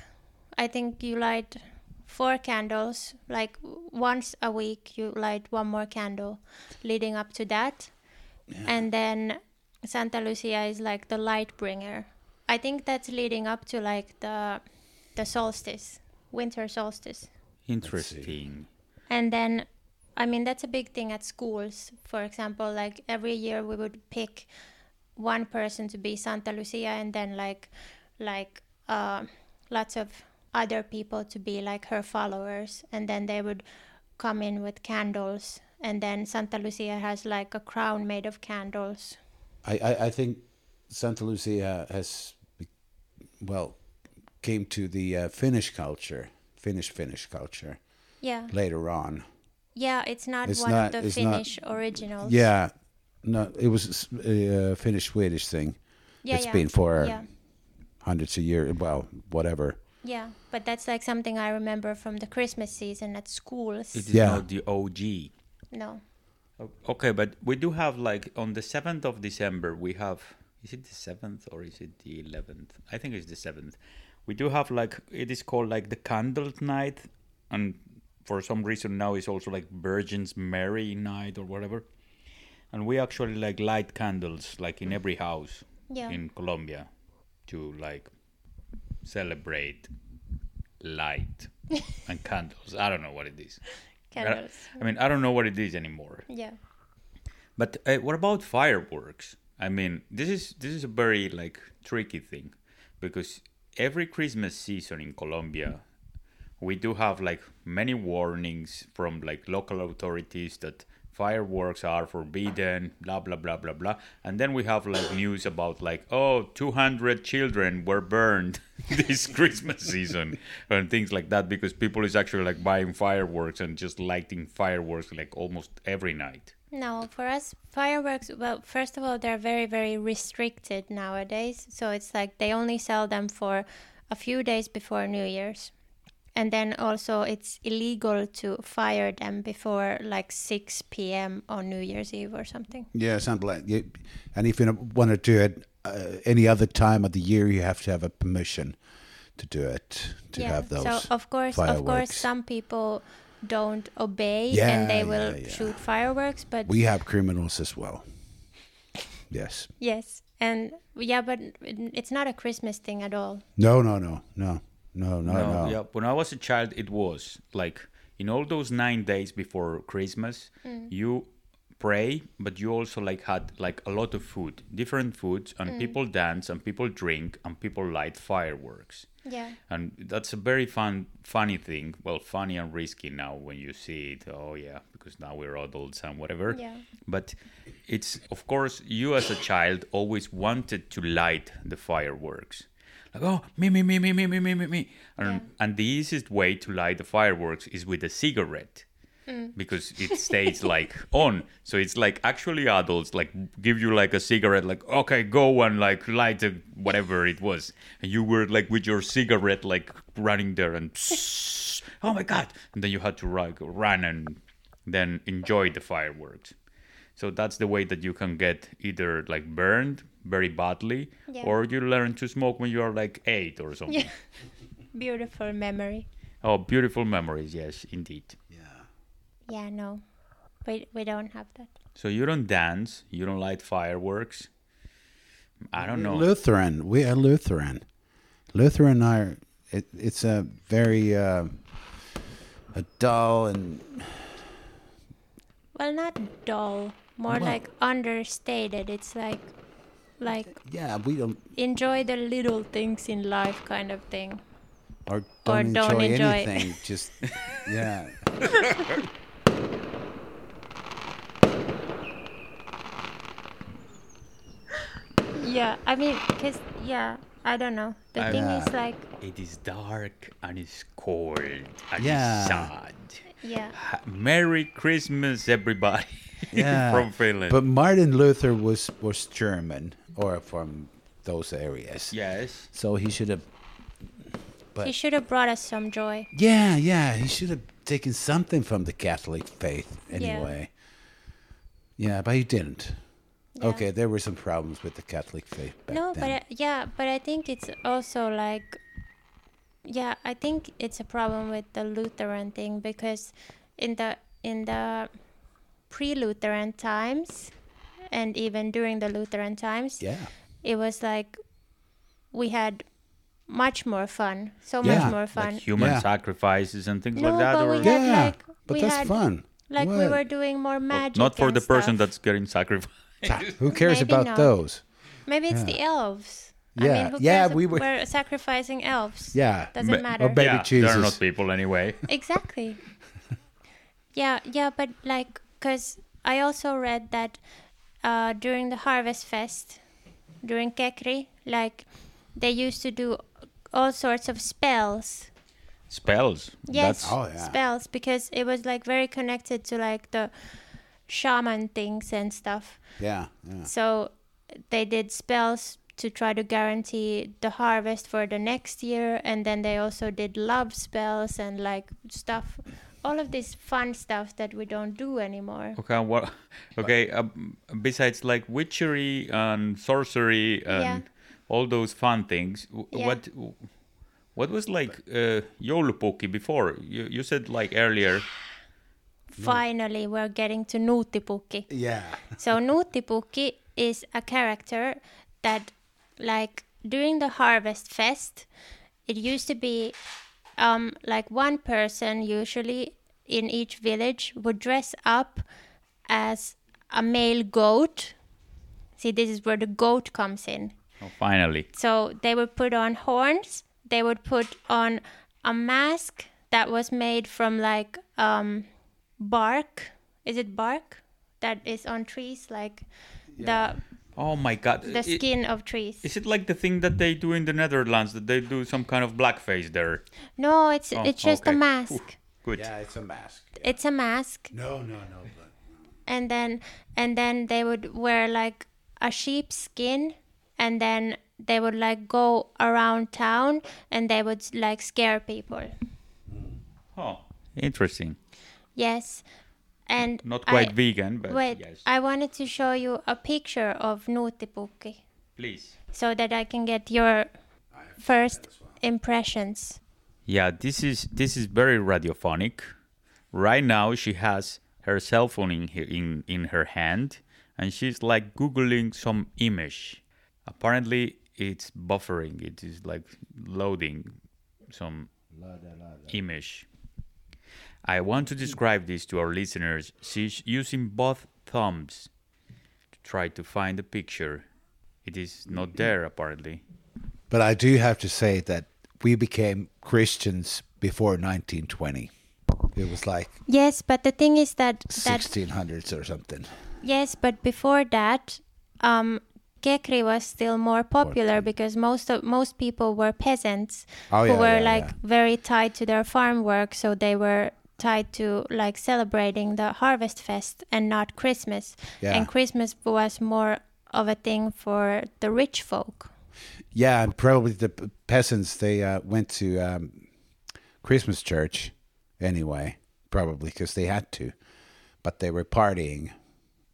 i think you light four candles like w- once a week you light one more candle leading up to that and then santa lucia is like the light bringer i think that's leading up to like the the solstice winter solstice Interesting. and then, I mean, that's a big thing at schools. For example, like every year we would pick one person to be Santa Lucia, and then like, like uh, lots of other people to be like her followers, and then they would come in with candles, and then Santa Lucia has like a crown made of candles. I, I, I think Santa Lucia has, be- well, came to the uh, Finnish culture, Finnish Finnish culture Yeah, later on. yeah, it's not It's one not- of the it's not- Finnish originals. Yeah, no, it was a uh, Finnish Swedish thing. yeah, It's yeah. been for yeah. hundreds of years. Well, whatever. Yeah, but that's like something I remember from the Christmas season at schools. It is Yeah. not the OG. no. O- Okay, but we do have like on the 7th of December, we have is it the 7th or is it the 11th? I think it's the 7th. We do have like it is called like the candle night and for some reason now it's also like Virgin's Mary night or whatever. And we actually like light candles like in every house Yeah. in Colombia to like celebrate light and candles. I don't know what it is. candles. I mean, I don't know what it is anymore. Yeah. But uh, what about fireworks? I mean, this is this is a very like tricky thing because every Christmas season in Colombia, we do have like many warnings from like local authorities that fireworks are forbidden, blah blah blah blah blah. And then we have like news about like oh, 200 children were burned this Christmas season and things like that because people is actually like buying fireworks and just lighting fireworks like almost every night. No, for us, fireworks, well, first of all, they're very, very restricted nowadays. So it's like they only sell them for a few days before New Year's. And then also, it's illegal to fire them before like 6 p.m. on New Year's Eve or something. Yeah, something like you, And if you want to do it uh, any other time of the year, you have to have a permission to do it to have those. So of course, of course, fireworks. some people don't obey Yeah, and they yeah, will yeah. shoot fireworks. But we have criminals as well. Yes. yes, and yeah, but it's not a Christmas thing at all. No, no, no, no, no, no, No, no. yeah. When I was a child, it was like in all those nine days before Christmas, you pray, but you also like had like a lot of food, different foods, and people dance, and people drink, and people light fireworks, Yeah. and that's a very fun, funny thing. Well, funny and risky now when you see it. Oh yeah, because now we're adults and whatever. Yeah. But it's of course you as a child always wanted to light the fireworks. Like oh me me me me me me me me me. And, and the easiest way to light the fireworks is with a cigarette. Because it stays like on, so it's like actually adults like give you like a cigarette, like okay, go and like light a, whatever it was, and you were like with your cigarette like running there and oh my god, and then you had to like run and then enjoy the fireworks. So that's the way that you can get either like burned very badly, Yeah. or you learn to smoke when you are like eight or something. Yeah. Beautiful memory. Oh, beautiful memories, yes, indeed. Yeah, no. We, we don't have that. So you don't dance, you don't light fireworks. I don't know. Lutheran. We are Lutheran. Lutheran are. It, it's a very uh, a dull and Well, not dull. More like understated. It's like, like yeah. We don't enjoy the little things in life, kind of thing. or Or don't, enjoy, don't enjoy. anything. Just yeah. Yeah, I mean, cause yeah, I don't know. The I- thing Yeah. is like, It is dark and it's cold and Yeah. it's sad. yeah, Ha- Merry Christmas, everybody. Yeah. From Finland. But Martin Luther was was German or from those areas. yes. So he should have. he should have brought us some joy. Yeah, yeah. He should have taken something from the Catholic faith anyway. Yeah, but he didn't. Okay, there were some problems with the Catholic faith back no, then. but I, yeah, but I think it's also like, yeah, I think it's a problem with the Lutheran thing because in the in the pre-Lutheran times, and even during the Lutheran times, yeah. it was like we had much more fun, so Yeah, much more fun. Like human Yeah. sacrifices and things No, like that. or but we had- Yeah, like, but we that's had- fun. like we What? were doing more magic. not for and the person stuff. that's getting sacrificed. Who cares Maybe about not. those? Maybe it's the elves. I Yeah, mean, who yeah, cares? we We were- were... sacrificing elves. Yeah. Doesn't Ma- matter. Baby yeah, Jesus. They're not people anyway. Exactly. yeah, yeah, but like, because I also read that uh, during the harvest fest, during Kekri, like, they used to do all sorts of spells Spells. Yes, Oh, yeah. spells because it was like very connected to like the shaman things and stuff. Yeah, yeah. So they did spells to try to guarantee the harvest for the next year, and then they also did love spells and like stuff, all of this fun stuff that we don't do anymore. Okay, what? Okay, um, besides like witchery and sorcery and Yeah. all those fun things, w- Yeah. what what was like uh, joulupukki before? You you said like earlier. Finally, we're getting to Nuuttipuki. Yeah. So Nuuttipuki is a character that, like during the harvest fest, it used to be um, like one person usually in each village would dress up as a male goat. See, this is where the goat comes in. Oh, finally. So they would put on horns. They would put on a mask that was made from like um, bark. Is it bark that is on trees, like Oh my god. the the I- skin of trees? Is it like the thing that they do in the Netherlands that they do some kind of blackface there? No, it's Oh, it's just okay. a mask. Oof, good. Yeah, it's a mask. It's a mask, No, no, no. But and then and then they would wear like a sheep skin, and then they would like go around town, and they would like scare people. Oh, interesting. Yes, and Not I- quite vegan, but Wait, yes. I wanted to show you a picture of Nuuttipuki Please. so that I can get your first impressions. Yeah, this is this is very radiophonic. Right now, she has her cell phone in her, in in her hand, and she's like googling some image. Apparently, it's buffering. It is like loading some image. I want to describe this to our listeners. She's using both thumbs to try to find the picture. It is not there apparently. But I do have to say that we became Christians before 1920. It was like Yes, but the thing is that that 1600s or something. yes, but before that, um, Kekri was still more popular because most of most people were peasants Oh, who yeah, were yeah, like very tied to their farm work, so they were tied to like celebrating the harvest fest and not Christmas. Yeah. And Christmas was more of a thing for the rich folk. Yeah, and probably the p- peasants they uh, went to um, Christmas church anyway, probably because they had to, but they were partying,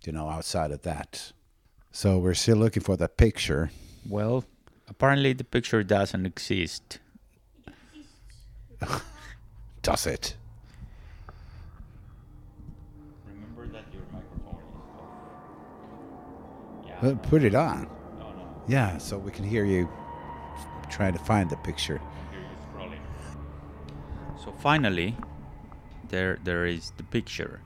you know, outside of that. So we're still looking for the picture. Well, apparently the picture doesn't exist. Does it? Remember that your microphone is Uh, put it on. Yeah, so we can hear you trying to find the picture. scrolling. So finally, there there is the picture.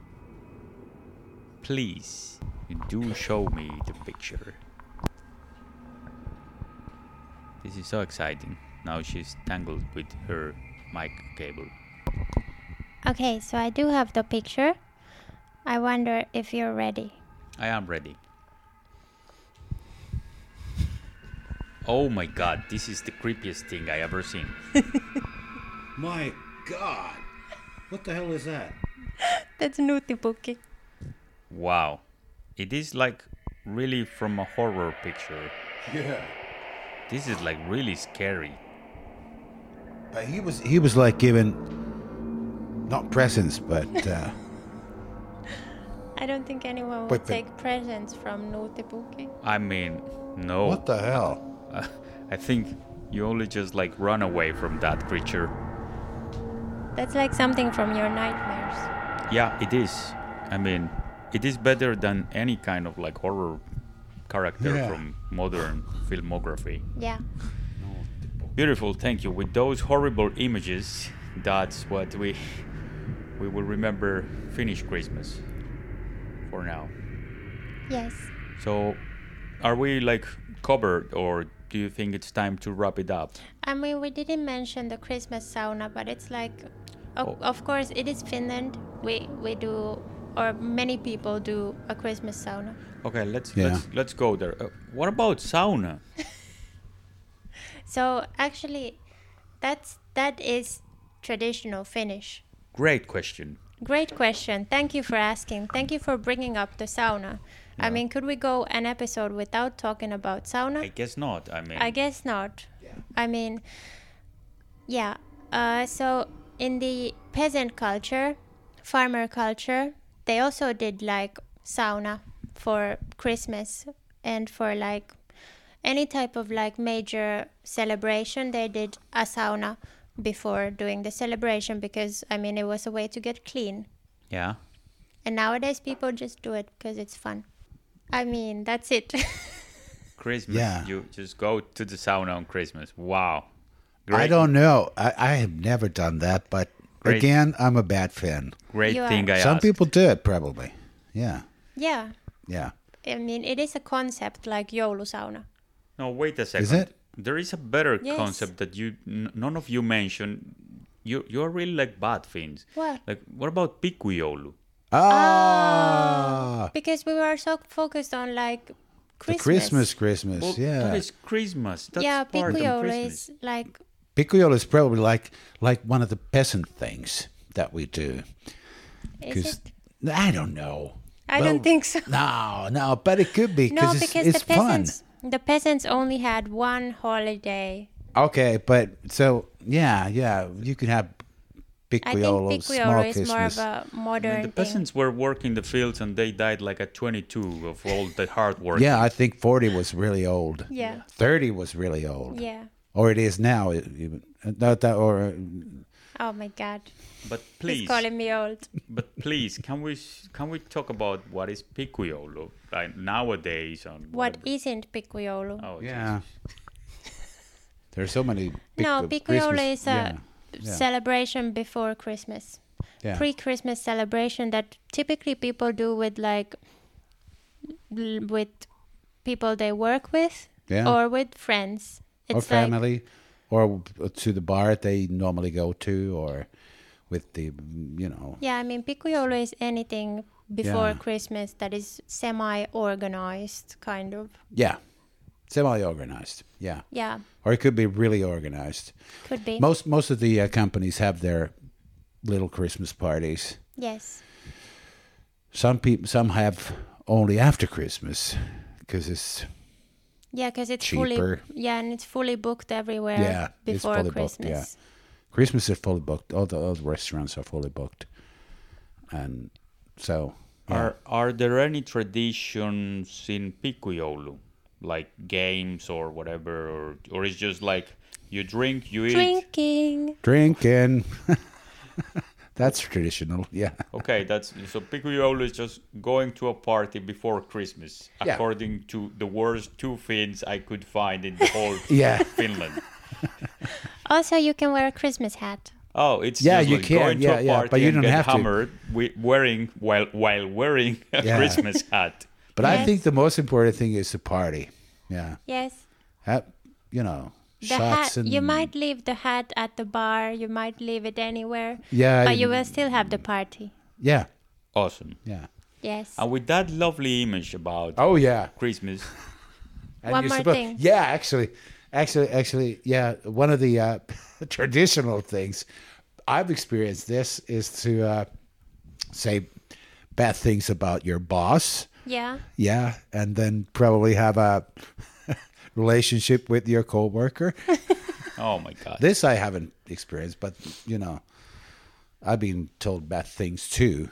Please, you do show me the picture. This is so exciting. Now she's tangled with her mic cable. Okay, so I do have the picture. I wonder if you're ready. I am ready. Oh my god, this is the creepiest thing I ever seen. My God, what the hell is that? That's Nutipuki. Wow. It is like really from a horror picture. Yeah, This is like really scary. but he was he was like giving not presents, but uh, I don't think anyone would But the- take presents from Nutipuki. I mean, no. what the hell? Uh, I think you only just like run away from that creature. That's like something from your nightmares. Yeah, it is. I mean, it is better than any kind of like horror character Yeah. from modern filmography. Yeah. Beautiful, thank you. With those horrible images, that's what we we will remember Finnish Christmas for now. Yes. So, are we like covered, or do you think it's time to wrap it up? I mean, we didn't mention the Christmas sauna, but it's like, o- Oh. of course, it is Finland. We we do, or many people do a Christmas sauna. Okay, let's Yeah. let's let's go there. Uh, what about sauna? So actually, that's that is traditional Finnish. Great question. Great question. Thank you for asking. Thank you for bringing up the sauna. I mean, could we go an episode without talking about sauna? I guess not. I mean, I guess not. I mean, yeah. Uh, so in the peasant culture, farmer culture, they also did like sauna for Christmas and for like any type of like major celebration. They did a sauna before doing the celebration because I mean it was a way to get clean. yeah. And nowadays people just do it because it's fun. I mean, that's it. Christmas. Yeah. You just go to the sauna on Christmas. Wow. I don't know. I, I have never done that, but Great. Again, I'm a bad fan. Great You thing are. I Some asked. people do it probably. Yeah, Yeah. yeah. I mean, it is a concept like joulusauna. No, wait a second. it? There is a better Yes. concept that you n- none of you mentioned. You you are really like bad things. What? Like what about Pikuyolu? Oh. Ah, Because we were so focused on like the Christmas. Christmas, Christmas. Well, yeah, that is Christmas. That's yeah, part of piccolo Christmas. is like Piccolo is probably like like one of the peasant things that we do. is it? I don't know. I Well, don't think so. No, no, but it could be No, because it's, because it's the fun. peasants the peasants only had one holiday. Okay, but so yeah, yeah, you could have I think Piccolo, small piccolo is more Christmas. of a I modern mean, the thing. peasants were working the fields and they died like at 22 of all the hard work. yeah, I think forty was really old. Yeah. thirty was really old. Yeah. or it is now. it- even- Not that, or Oh my god. But He's please, calling me old. but please, can we s- can we talk about what is Pikuyolu like nowadays on What whatever- isn't piccolo? Oh, yeah. Jesus. There are so many. no, Pic- piccolo Christmas- is a yeah. celebration before Christmas. yeah, yeah. pre-Christmas celebration that typically people do with like l- with people they work with Yeah. or with friends. It's or like family, or to the bar that they normally go to, or with the you know. yeah, I mean piccolo is anything before Yeah. Christmas that is semi-organized kind of. Yeah. Semi-organized. Yeah. Yeah, Or it could be really organized. could be. Most most of the uh, companies have their little Christmas parties. yes. Some people some have only after Christmas because it's Yeah, cuz it's Cheaper. fully yeah, and it's fully booked everywhere yeah, it's before fully Christmas. booked. Yeah. Christmas is fully booked. All the, all the restaurants are fully booked. And so Are are there any traditions in Pikuyolu, like games or whatever, or or it's just like you drink, you eat. Drinking. drinking that's traditional. Yeah. Okay, that's so Pikuyolu is just going to a party before Christmas, Yeah. according to the worst two Finns I could find in the whole Yeah. Finland. Also you can wear a Christmas hat. Oh, it's Yeah, just you like can, going yeah, to a yeah, party but you and don't get have to. hammered wi- wearing while while wearing a Yeah. Christmas hat. But I Yes. think the most important thing is the party. Yeah. Yes. Have, you know, the shots hat and you might leave the hat at the bar you might leave it anywhere Yeah, but I- you will still have the party Yeah. Awesome. Yeah. yes And with that lovely image about Oh yeah. Christmas, And One you're more supposed- thing. Yeah, actually, actually, actually, yeah. One of the uh, traditional things I've experienced this is to uh, say bad things about your boss. yeah Yeah, and then probably have a relationship with your coworker. oh my god. this I haven't experienced, but you know, I've been told bad things too.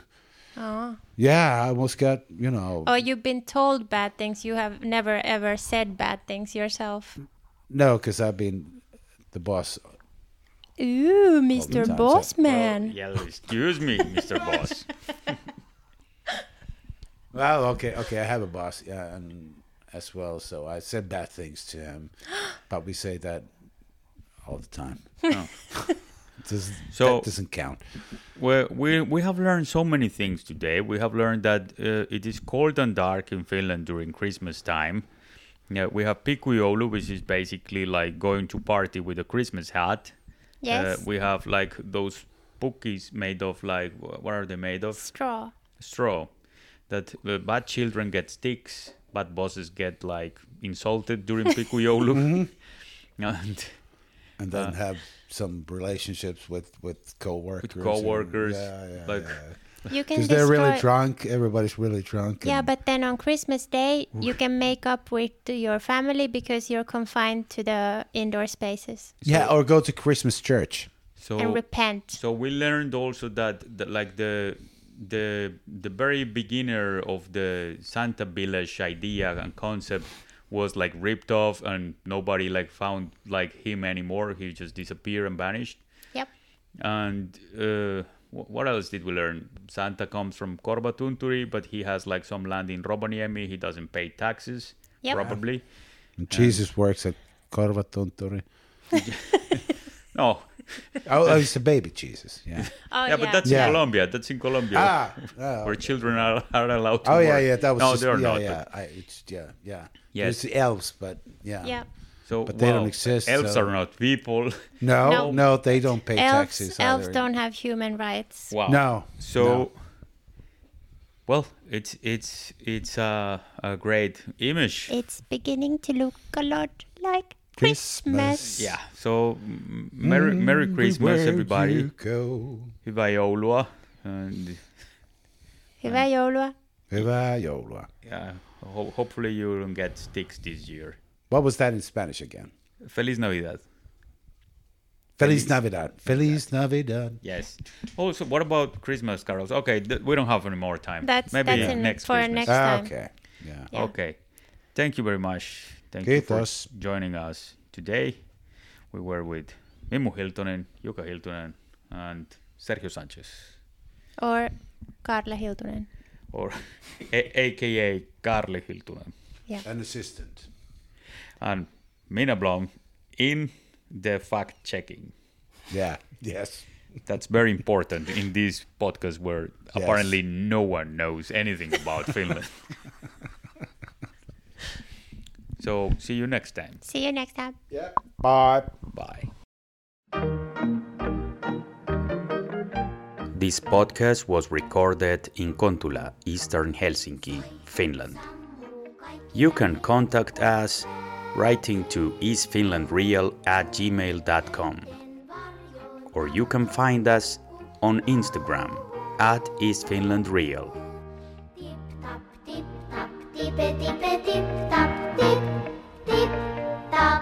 oh. Yeah, I almost got you know. or Oh, you've been told bad things you have never ever said bad things yourself No, because I've been the boss. ooh mr time's up. Oh, bossman yeah, excuse me, Mr. Boss. Well, okay, okay, I have a boss, yeah, and as well. So I said bad things to him, but we say that all the time. Oh. Does- So- that doesn't count. Well, we we have learned so many things today. We have learned that uh, it is cold and dark in Finland during Christmas time. Yeah, we have Pikuyolu, which is basically like going to party with a Christmas hat. yes Uh, we have like those bookies made of like wh- what are they made of? straw Straw. That uh, bad children get sticks, bad bosses get like insulted during Pikuyolu. Mm-hmm. and And uh, then have some relationships with with coworkers. and- coworkers, yeah, yeah, like- yeah. you can Because they're really destroy- drunk. Everybody's really drunk. yeah and- but then on christmas day you can make up with your family because you're confined to the indoor spaces yeah, or go to Christmas church. so and repent So we learned also that, that like the the the very beginner of the Santa Village idea and concept was like ripped off and nobody like found like him anymore. He just disappeared and vanished. yep And uh, wh- what else did we learn? Santa comes from Korbatunturi, but he has like some land in Robaniemi. He doesn't pay taxes, Yep. probably. And Jesus works at Corva Tontori. No, Oh, oh, it's a baby Jesus. Yeah. Oh, yeah, but that's Yeah. in Colombia. That's in Colombia. ah. Oh, Where children are, are allowed to oh yeah, work. yeah. That was no, just, they're yeah, not. yeah. I, it's, yeah, yeah. Yes. It's the elves, but yeah. yeah. So, But they don't wow, exist, Elves so- are not people. No, no, No. they don't pay Elves, taxes. elves either. don't have human rights. Wow. No, So, no. well, it's it's it's a, a great image. It's beginning to look a lot like Christmas. Mm-hmm. Christmas. yeah. So, m- merry Mm, merry Christmas, Where'd You everybody. go, Hyvää joulua. And Hyvää joulua. Viva Yola. yeah, ho- hopefully you don't get sticks this year. What was that in Spanish again? Feliz Navidad. Feliz, Navidad. Feliz Navidad. Yes. Also, what about Christmas carols? Okay, th- we don't have any more time. That's- maybe that's in- next for Christmas. next- Ah, time. okay. Yeah. Yeah. Okay. Thank you very much. Thank you for Kiitos. joining us today. We were with Mimu Hiltonen, Jukka Hiltonen, and Sergio Sanchez, Or Karla Hiltunen. or a- aka Carli Hiltonen, Yeah. An assistant. and Mina Blom in the fact checking. Yeah. Yes. That's very important in this podcast where apparently no one knows anything about Finland. so, see you next time. See you next time. Yeah. Bye. Bye. This podcast was recorded in Kontula, Eastern Helsinki, Finland. You can contact us writing to eastfinlandreal at gmail.com or you can find us on Instagram at eastfinlandreal. Tip tap, tip tap, tipe tipe tip tap, tip tip tap.